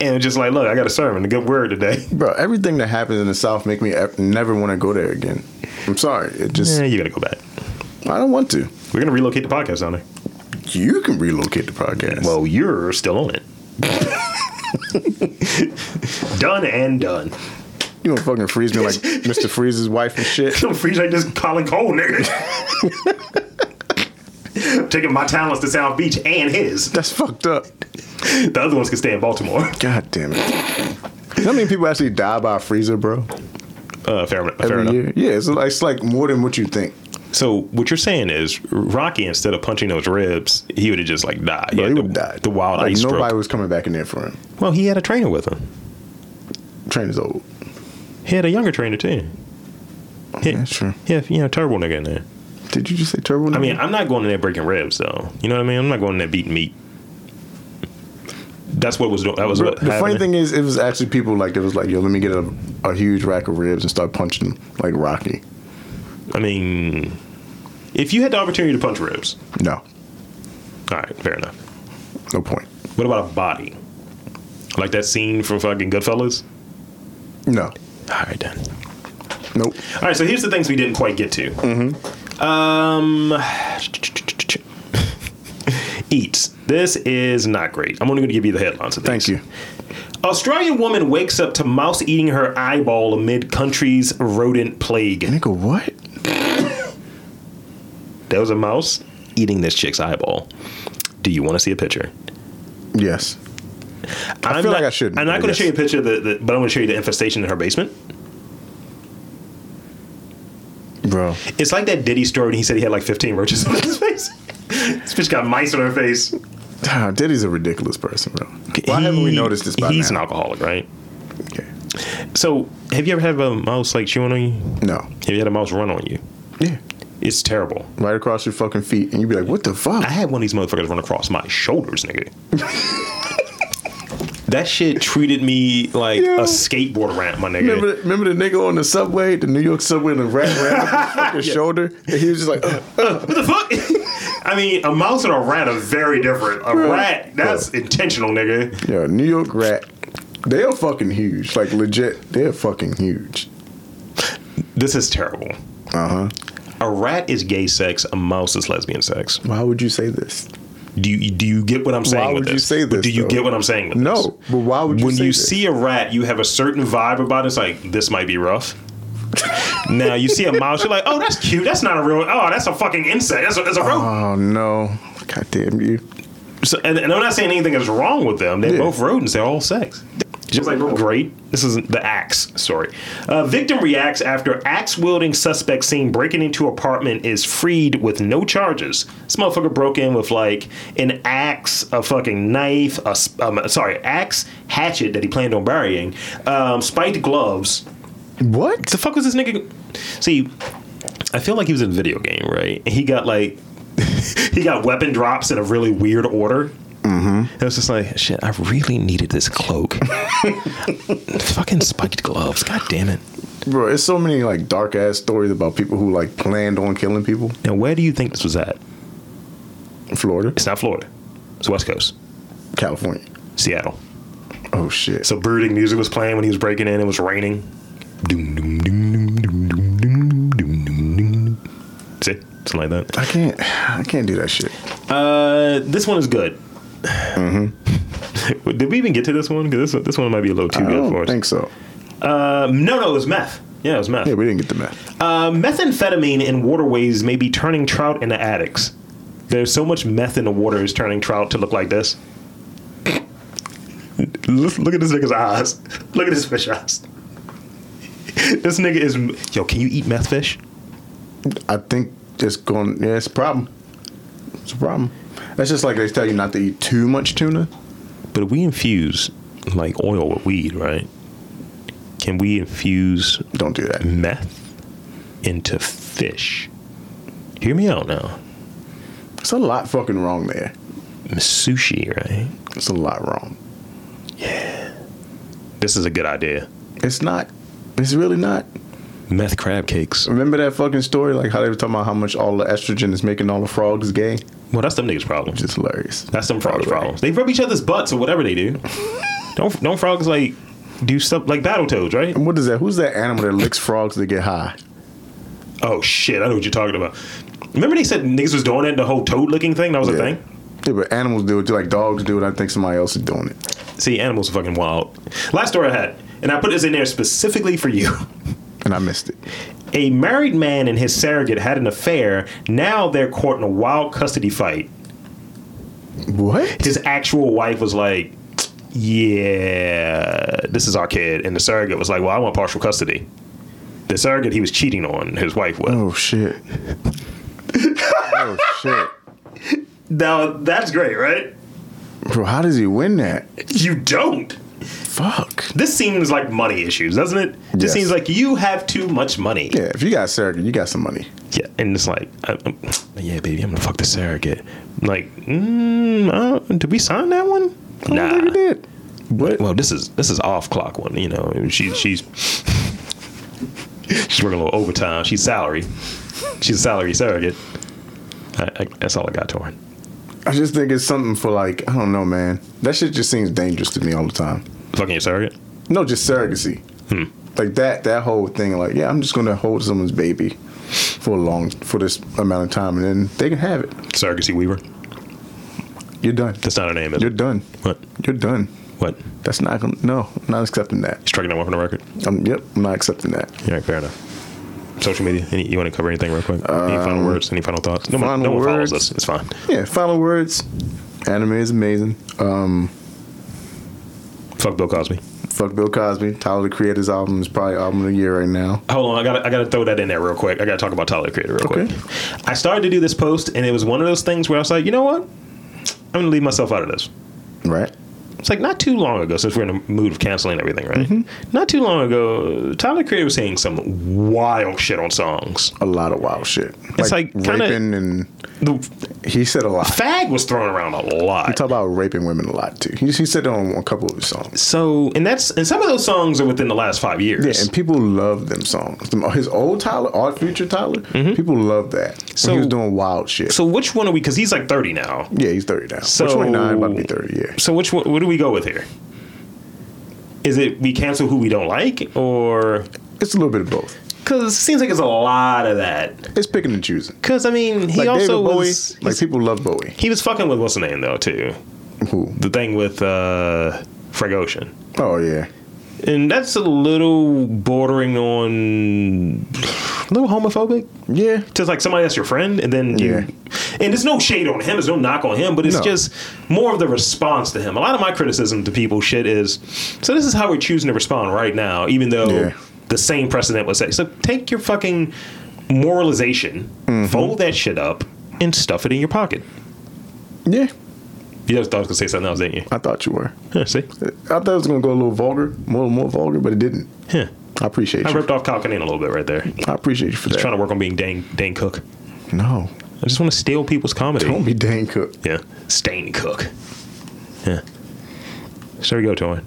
Speaker 2: and just like, look, I got a sermon, a good word today.
Speaker 1: Bro, everything that happens in the South make me ev- never want to go there again. I'm sorry. It just,
Speaker 2: Yeah, you gotta go back.
Speaker 1: I don't want to.
Speaker 2: We're gonna relocate the podcast down there.
Speaker 1: You can relocate the podcast.
Speaker 2: Well, you're still on it. done and done.
Speaker 1: you gonna fucking freeze me like Mr. Freeze's wife and shit.
Speaker 2: Don't freeze like this Colin Cole, nigga. Taking my talents to South Beach and his.
Speaker 1: That's fucked up.
Speaker 2: The other ones can stay in Baltimore.
Speaker 1: God damn it. You know how many people actually die by a freezer, bro?
Speaker 2: Uh, fair enough.
Speaker 1: Every
Speaker 2: Fair enough.
Speaker 1: year? Yeah, it's like, it's like more than what you think.
Speaker 2: So what you're saying is Rocky, instead of punching those ribs, he would have just like died.
Speaker 1: Bro,
Speaker 2: Yeah,
Speaker 1: he
Speaker 2: the,
Speaker 1: would die.
Speaker 2: The wild
Speaker 1: like,
Speaker 2: ice
Speaker 1: Nobody
Speaker 2: stroke.
Speaker 1: was coming back in there for him.
Speaker 2: Well, he had a trainer with him.
Speaker 1: Train is old.
Speaker 2: He had a younger trainer too. He,
Speaker 1: That's true.
Speaker 2: Yeah, you know, turbo nigga in there.
Speaker 1: Did you just say turbo?
Speaker 2: I
Speaker 1: nigga?
Speaker 2: mean, I'm not going in there breaking ribs, though. You know what I mean? I'm not going in there beating meat. That's what was doing. That was
Speaker 1: Bro,
Speaker 2: what.
Speaker 1: the funny
Speaker 2: happening.
Speaker 1: thing is, it was actually people like it was like, yo, let me get a, a huge rack of ribs and start punching them like Rocky.
Speaker 2: I mean, if you had the opportunity to punch ribs,
Speaker 1: No,
Speaker 2: all right, fair enough.
Speaker 1: no point.
Speaker 2: What about a body? Like that scene from fucking Goodfellas.
Speaker 1: No,
Speaker 2: All right, then.
Speaker 1: nope.
Speaker 2: All right, so here's the things we didn't quite get to.
Speaker 1: Mm-hmm.
Speaker 2: Um, eats. This is not great. I'm only going to give you the headlines of
Speaker 1: Thank
Speaker 2: these.
Speaker 1: you.
Speaker 2: Australian woman wakes up to mouse eating her eyeball amid country's rodent plague.
Speaker 1: Nigga, what?
Speaker 2: There was a mouse eating this chick's eyeball. Do you want to see a picture?
Speaker 1: Yes.
Speaker 2: I
Speaker 1: feel like I shouldn't,
Speaker 2: I'm not
Speaker 1: but
Speaker 2: going to show you
Speaker 1: yes.
Speaker 2: a picture, of the, the, but I'm going to show you the infestation in her basement.
Speaker 1: Bro.
Speaker 2: It's like that Diddy story when he said he had like 15 roaches on his face. this bitch got mice on her face.
Speaker 1: Ah, Diddy's a ridiculous person, bro. Why haven't we
Speaker 2: He-
Speaker 1: noticed this by
Speaker 2: He's
Speaker 1: now?
Speaker 2: an alcoholic, right?
Speaker 1: Okay.
Speaker 2: So, have you ever had a mouse like chewing on you?
Speaker 1: No.
Speaker 2: Have you had a mouse run on you?
Speaker 1: Yeah.
Speaker 2: It's terrible.
Speaker 1: Right across your fucking feet, and you'd be like, what the fuck?
Speaker 2: I had one of these motherfuckers run across my shoulders, nigga. that shit treated me like
Speaker 1: Yeah.
Speaker 2: a skateboard ramp, my nigga.
Speaker 1: Remember, remember the nigga on the subway, the New York subway, and the rat ran up his fucking shoulder, and he was just like, "Uh, "Ugh, ugh."
Speaker 2: What the fuck? I mean, a mouse and a rat are very different. A rat, that's intentional, nigga.
Speaker 1: "Yo, New York rat, they are fucking huge, like legit, they're fucking huge."
Speaker 2: This is terrible.
Speaker 1: Uh huh.
Speaker 2: A rat is gay sex. A mouse is lesbian sex.
Speaker 1: Why would you say this?
Speaker 2: Do you do you get what I'm saying?
Speaker 1: Why
Speaker 2: with
Speaker 1: would you
Speaker 2: this?
Speaker 1: say this,
Speaker 2: Do you
Speaker 1: though?
Speaker 2: get what I'm saying? With
Speaker 1: No,
Speaker 2: this?
Speaker 1: but why would you
Speaker 2: When
Speaker 1: say
Speaker 2: you
Speaker 1: this?
Speaker 2: see a rat, you have a certain vibe about it. It's like this might be rough. now you see a mouse, you're like, oh, that's cute. That's not a real. Oh, that's a fucking insect. That's a, that's a rodent.
Speaker 1: Oh no! God damn you!
Speaker 2: So, and, and I'm not saying anything is wrong with them. They're
Speaker 1: Yeah.
Speaker 2: both rodents. They're all sex. Just like we're great. This is the axe. Sorry. Uh, victim reacts after axe wielding suspect seen breaking into apartment is freed with no charges. This motherfucker broke in with like an axe, a fucking knife, a s- um, sorry axe hatchet that he planned on burying, um, spiked gloves.
Speaker 1: What?
Speaker 2: The fuck was this nigga? See, I feel like he was in a video game, right? And he got like he got weapon drops in a really weird order. Mm-hmm. It was just like shit. I really needed this cloak. Fucking spiked gloves. God damn it.
Speaker 1: Bro, it's so many like dark ass stories about people who like planned on killing people
Speaker 2: Now, where do you think this was at?
Speaker 1: in Florida,
Speaker 2: It's not Florida. It's West Coast,
Speaker 1: California.
Speaker 2: Seattle.
Speaker 1: Oh shit.
Speaker 2: So brooding music was playing when he was breaking in. It was raining. Doom, doom, doom, doom, doom, doom, doom, doom, doom, doom. See, something like that.
Speaker 1: I can't I can't do that shit.
Speaker 2: Uh, this one is good. Mm-hmm. Did we even get to this one? Because this, this one might be a little too
Speaker 1: I
Speaker 2: good for
Speaker 1: don't
Speaker 2: us.
Speaker 1: think so.
Speaker 2: Um, no, no, it was meth. Yeah, it was meth.
Speaker 1: Yeah, we didn't get the meth.
Speaker 2: Uh, methamphetamine in waterways may be turning trout into addicts. There's so much meth in the water is turning trout to look like this. look, look at this nigga's eyes. Look at his fish eyes. this nigga is. Yo, can you eat meth fish?
Speaker 1: I think it's going. Yeah, it's a problem. It's a problem. That's just like they tell you not to eat too much tuna.
Speaker 2: But if we infuse like oil with weed, right? Can we infuse
Speaker 1: Don't do that.
Speaker 2: meth into fish? Hear me out now.
Speaker 1: It's a lot fucking wrong there.
Speaker 2: Sushi, right?
Speaker 1: It's a lot wrong.
Speaker 2: This is a good idea.
Speaker 1: It's not. It's really not.
Speaker 2: Meth crab cakes.
Speaker 1: Remember that fucking story, like how they were talking about how much all the estrogen is making all the frogs gay?
Speaker 2: Well, that's them niggas' problem.
Speaker 1: Just hilarious.
Speaker 2: That's them frogs' problem. They rub each other's butts or whatever they do. don't don't frogs like do stuff like Battletoads, right?
Speaker 1: And what is that? Who's that animal that licks frogs to get high?
Speaker 2: Oh shit, I know what you're talking about. Remember they said niggas was doing that the whole toad licking thing? That was a
Speaker 1: Yeah.
Speaker 2: thing.
Speaker 1: Yeah, but animals do it. Like dogs do it. I think somebody else is doing it.
Speaker 2: See, animals are fucking wild. Last story I had, and I put this in there specifically for you.
Speaker 1: And I missed it.
Speaker 2: A married man and his surrogate had an affair. Now they're caught in a wild custody fight.
Speaker 1: What?
Speaker 2: His actual wife was like, "Yeah, this is our kid," and the surrogate was like, "Well, I want partial custody." The surrogate he was cheating on his wife with.
Speaker 1: Oh, shit. oh, shit.
Speaker 2: Now that's great, right?
Speaker 1: Bro, how does he win that?
Speaker 2: You don't.
Speaker 1: Fuck.
Speaker 2: This seems like money issues, doesn't it? This
Speaker 1: Yes.
Speaker 2: seems like you have too much money.
Speaker 1: Yeah, if you got surrogate, you got some money.
Speaker 2: Yeah, and it's like, I, I'm- yeah, baby, I'm gonna fuck the surrogate. I'm like, mm, uh, did we sign that one?
Speaker 1: I don't think you did. What?
Speaker 2: Well, this is this is off clock one. You know, she, she's she's working a little overtime. She's salary. She's a salary surrogate. I, I, that's all I got to her.
Speaker 1: I just think it's something for like I don't know, man. That shit just seems dangerous to me all the time.
Speaker 2: Fucking your surrogate.
Speaker 1: No, just surrogacy. Like that that whole thing. Like yeah, I'm just gonna hold someone's baby for a long for this amount of time, and then they can have it.
Speaker 2: Surrogacy Weaver.
Speaker 1: You're done.
Speaker 2: That's not her name. Is
Speaker 1: You're
Speaker 2: it?
Speaker 1: done.
Speaker 2: What?
Speaker 1: You're done.
Speaker 2: What?
Speaker 1: That's not gonna. No, I'm not accepting that.
Speaker 2: Striking that one from the record.
Speaker 1: I'm, yep, I'm not accepting that.
Speaker 2: Yeah, fair enough. Social media. Any, you want to cover anything real quick? any final words? Any final thoughts? No, one,
Speaker 1: Um, final
Speaker 2: no one follows
Speaker 1: words.
Speaker 2: us. It's fine.
Speaker 1: Yeah, final words. Anime is amazing. Um,
Speaker 2: Fuck Bill Cosby.
Speaker 1: fuck Bill Cosby. Tyler the Creator's album is probably album of the year right now.
Speaker 2: Hold on, I gotta, I gotta throw that in there real quick. I gotta talk about Tyler the Creator real
Speaker 1: Okay.
Speaker 2: quick. I started to do this post, and it was one of those things where I was like, you know what? I'm gonna leave myself out of this.
Speaker 1: Right.
Speaker 2: It's like not too long ago, since we're in the mood of canceling everything, right?
Speaker 1: Mm-hmm.
Speaker 2: Not too long ago, Tyler the Creator was saying some wild shit on songs.
Speaker 1: A lot of wild shit.
Speaker 2: It's like kinda-
Speaker 1: raping and
Speaker 2: The
Speaker 1: he said a lot.
Speaker 2: fag was thrown around a
Speaker 1: He
Speaker 2: lot.
Speaker 1: talk about raping women a lot too. He, he said that on a couple of his songs.
Speaker 2: So, and that's and some of those songs are within the last five years.
Speaker 1: Yeah, and people love them songs. Them- His old Tyler, our future Tyler, people love that. So
Speaker 2: Mm-hmm. So-
Speaker 1: he was doing wild shit.
Speaker 2: so, which one are we? Because he's like thirty now.
Speaker 1: yeah, he's thirty now.
Speaker 2: So-
Speaker 1: So twenty nine, about to be thirty. Yeah,
Speaker 2: So, which one? What do we go with here? Is it we cancel who we don't like, or
Speaker 1: it's a little bit of both.
Speaker 2: Because it seems like it's a lot of that.
Speaker 1: It's picking and choosing.
Speaker 2: Because I mean, he
Speaker 1: Like
Speaker 2: also
Speaker 1: David Bowie,
Speaker 2: was
Speaker 1: like people love Bowie.
Speaker 2: he was fucking with what's the name though too.
Speaker 1: Who?
Speaker 2: The thing with uh, Frank Ocean,
Speaker 1: Oh yeah,
Speaker 2: and that's a little bordering on a little homophobic.
Speaker 1: yeah.
Speaker 2: Just like somebody that's your friend, and then you,
Speaker 1: Yeah.
Speaker 2: and there's no shade on him, there's no knock on him, but it's
Speaker 1: No.
Speaker 2: just more of the response to him. A lot of my criticism to people shit is, so this is how we're choosing to respond right now, even though
Speaker 1: Yeah.
Speaker 2: the same precedent was set. So take your fucking moralization,
Speaker 1: Mm-hmm.
Speaker 2: fold that shit up, and stuff it in your pocket.
Speaker 1: Yeah,
Speaker 2: You just thought I was gonna say something else, didn't you?
Speaker 1: I thought you were.
Speaker 2: Huh, see,
Speaker 1: I thought it was gonna go a little vulgar, more more vulgar, but it didn't.
Speaker 2: yeah.
Speaker 1: I appreciate
Speaker 2: I
Speaker 1: you.
Speaker 2: ripped off Kalkanin a little bit right there.
Speaker 1: I appreciate you for that.
Speaker 2: Trying to work on being Dane Dane Cook.
Speaker 1: no,
Speaker 2: I just want to steal people's comedy.
Speaker 1: Don't be Dane Cook.
Speaker 2: Yeah. Stain Cook. Yeah. So there we go, Torin.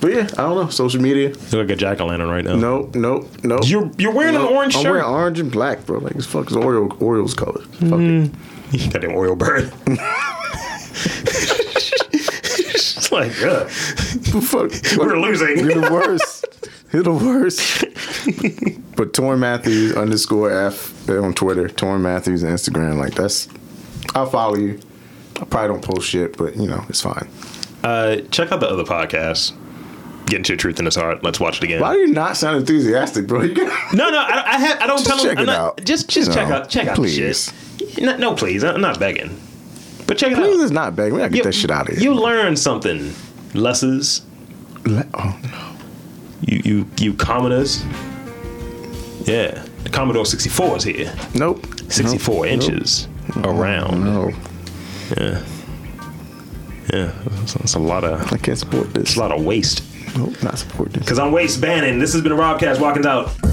Speaker 1: But yeah, I don't know. Social media.
Speaker 2: You look like a jack o' lantern right now.
Speaker 1: Nope, nope, nope.
Speaker 2: Oh. You're you're wearing
Speaker 1: Nope.
Speaker 2: an orange
Speaker 1: I'm
Speaker 2: shirt.
Speaker 1: wearing orange and black, bro. Like it's fuck it's Oreo Orioles color. Fuck
Speaker 2: Hmm.
Speaker 1: it.
Speaker 2: Goddamn oil bird. it's like, yeah,
Speaker 1: Fuck.
Speaker 2: we're losing.
Speaker 1: You're the worst. You're the worst. but Torn Matthews underscore F on Twitter, Torn Matthews on Instagram. Like that's, I'll follow you. I probably don't post shit, but you know it's fine.
Speaker 2: Uh, check out the other podcast. Get into your truth in his heart. Let's watch it again.
Speaker 1: Why do you not sound enthusiastic, bro? You got-
Speaker 2: No, no, I, don't- I, have, I don't
Speaker 1: Just
Speaker 2: tell them.
Speaker 1: check
Speaker 2: I'm
Speaker 1: it
Speaker 2: not-
Speaker 1: out.
Speaker 2: Just, just
Speaker 1: You
Speaker 2: check
Speaker 1: know,
Speaker 2: out, check out the
Speaker 1: please.
Speaker 2: shit. No, no, please, I'm not begging. But check it
Speaker 1: Please,
Speaker 2: out.
Speaker 1: it's not bad. We gotta get
Speaker 2: You-
Speaker 1: that shit out of here.
Speaker 2: You learn something, lesses.
Speaker 1: Le- oh, no.
Speaker 2: You, you, you commoners. Yeah, the Commodore 64 is here.
Speaker 1: Nope.
Speaker 2: 64
Speaker 1: Nope.
Speaker 2: inches around.
Speaker 1: No,
Speaker 2: Yeah. Yeah. That's, that's a lot of
Speaker 1: I can't support this.
Speaker 2: it's a lot of waste.
Speaker 1: Nope, not support this.
Speaker 2: Cause I'm waste banning. This has been Robcast Walkins out.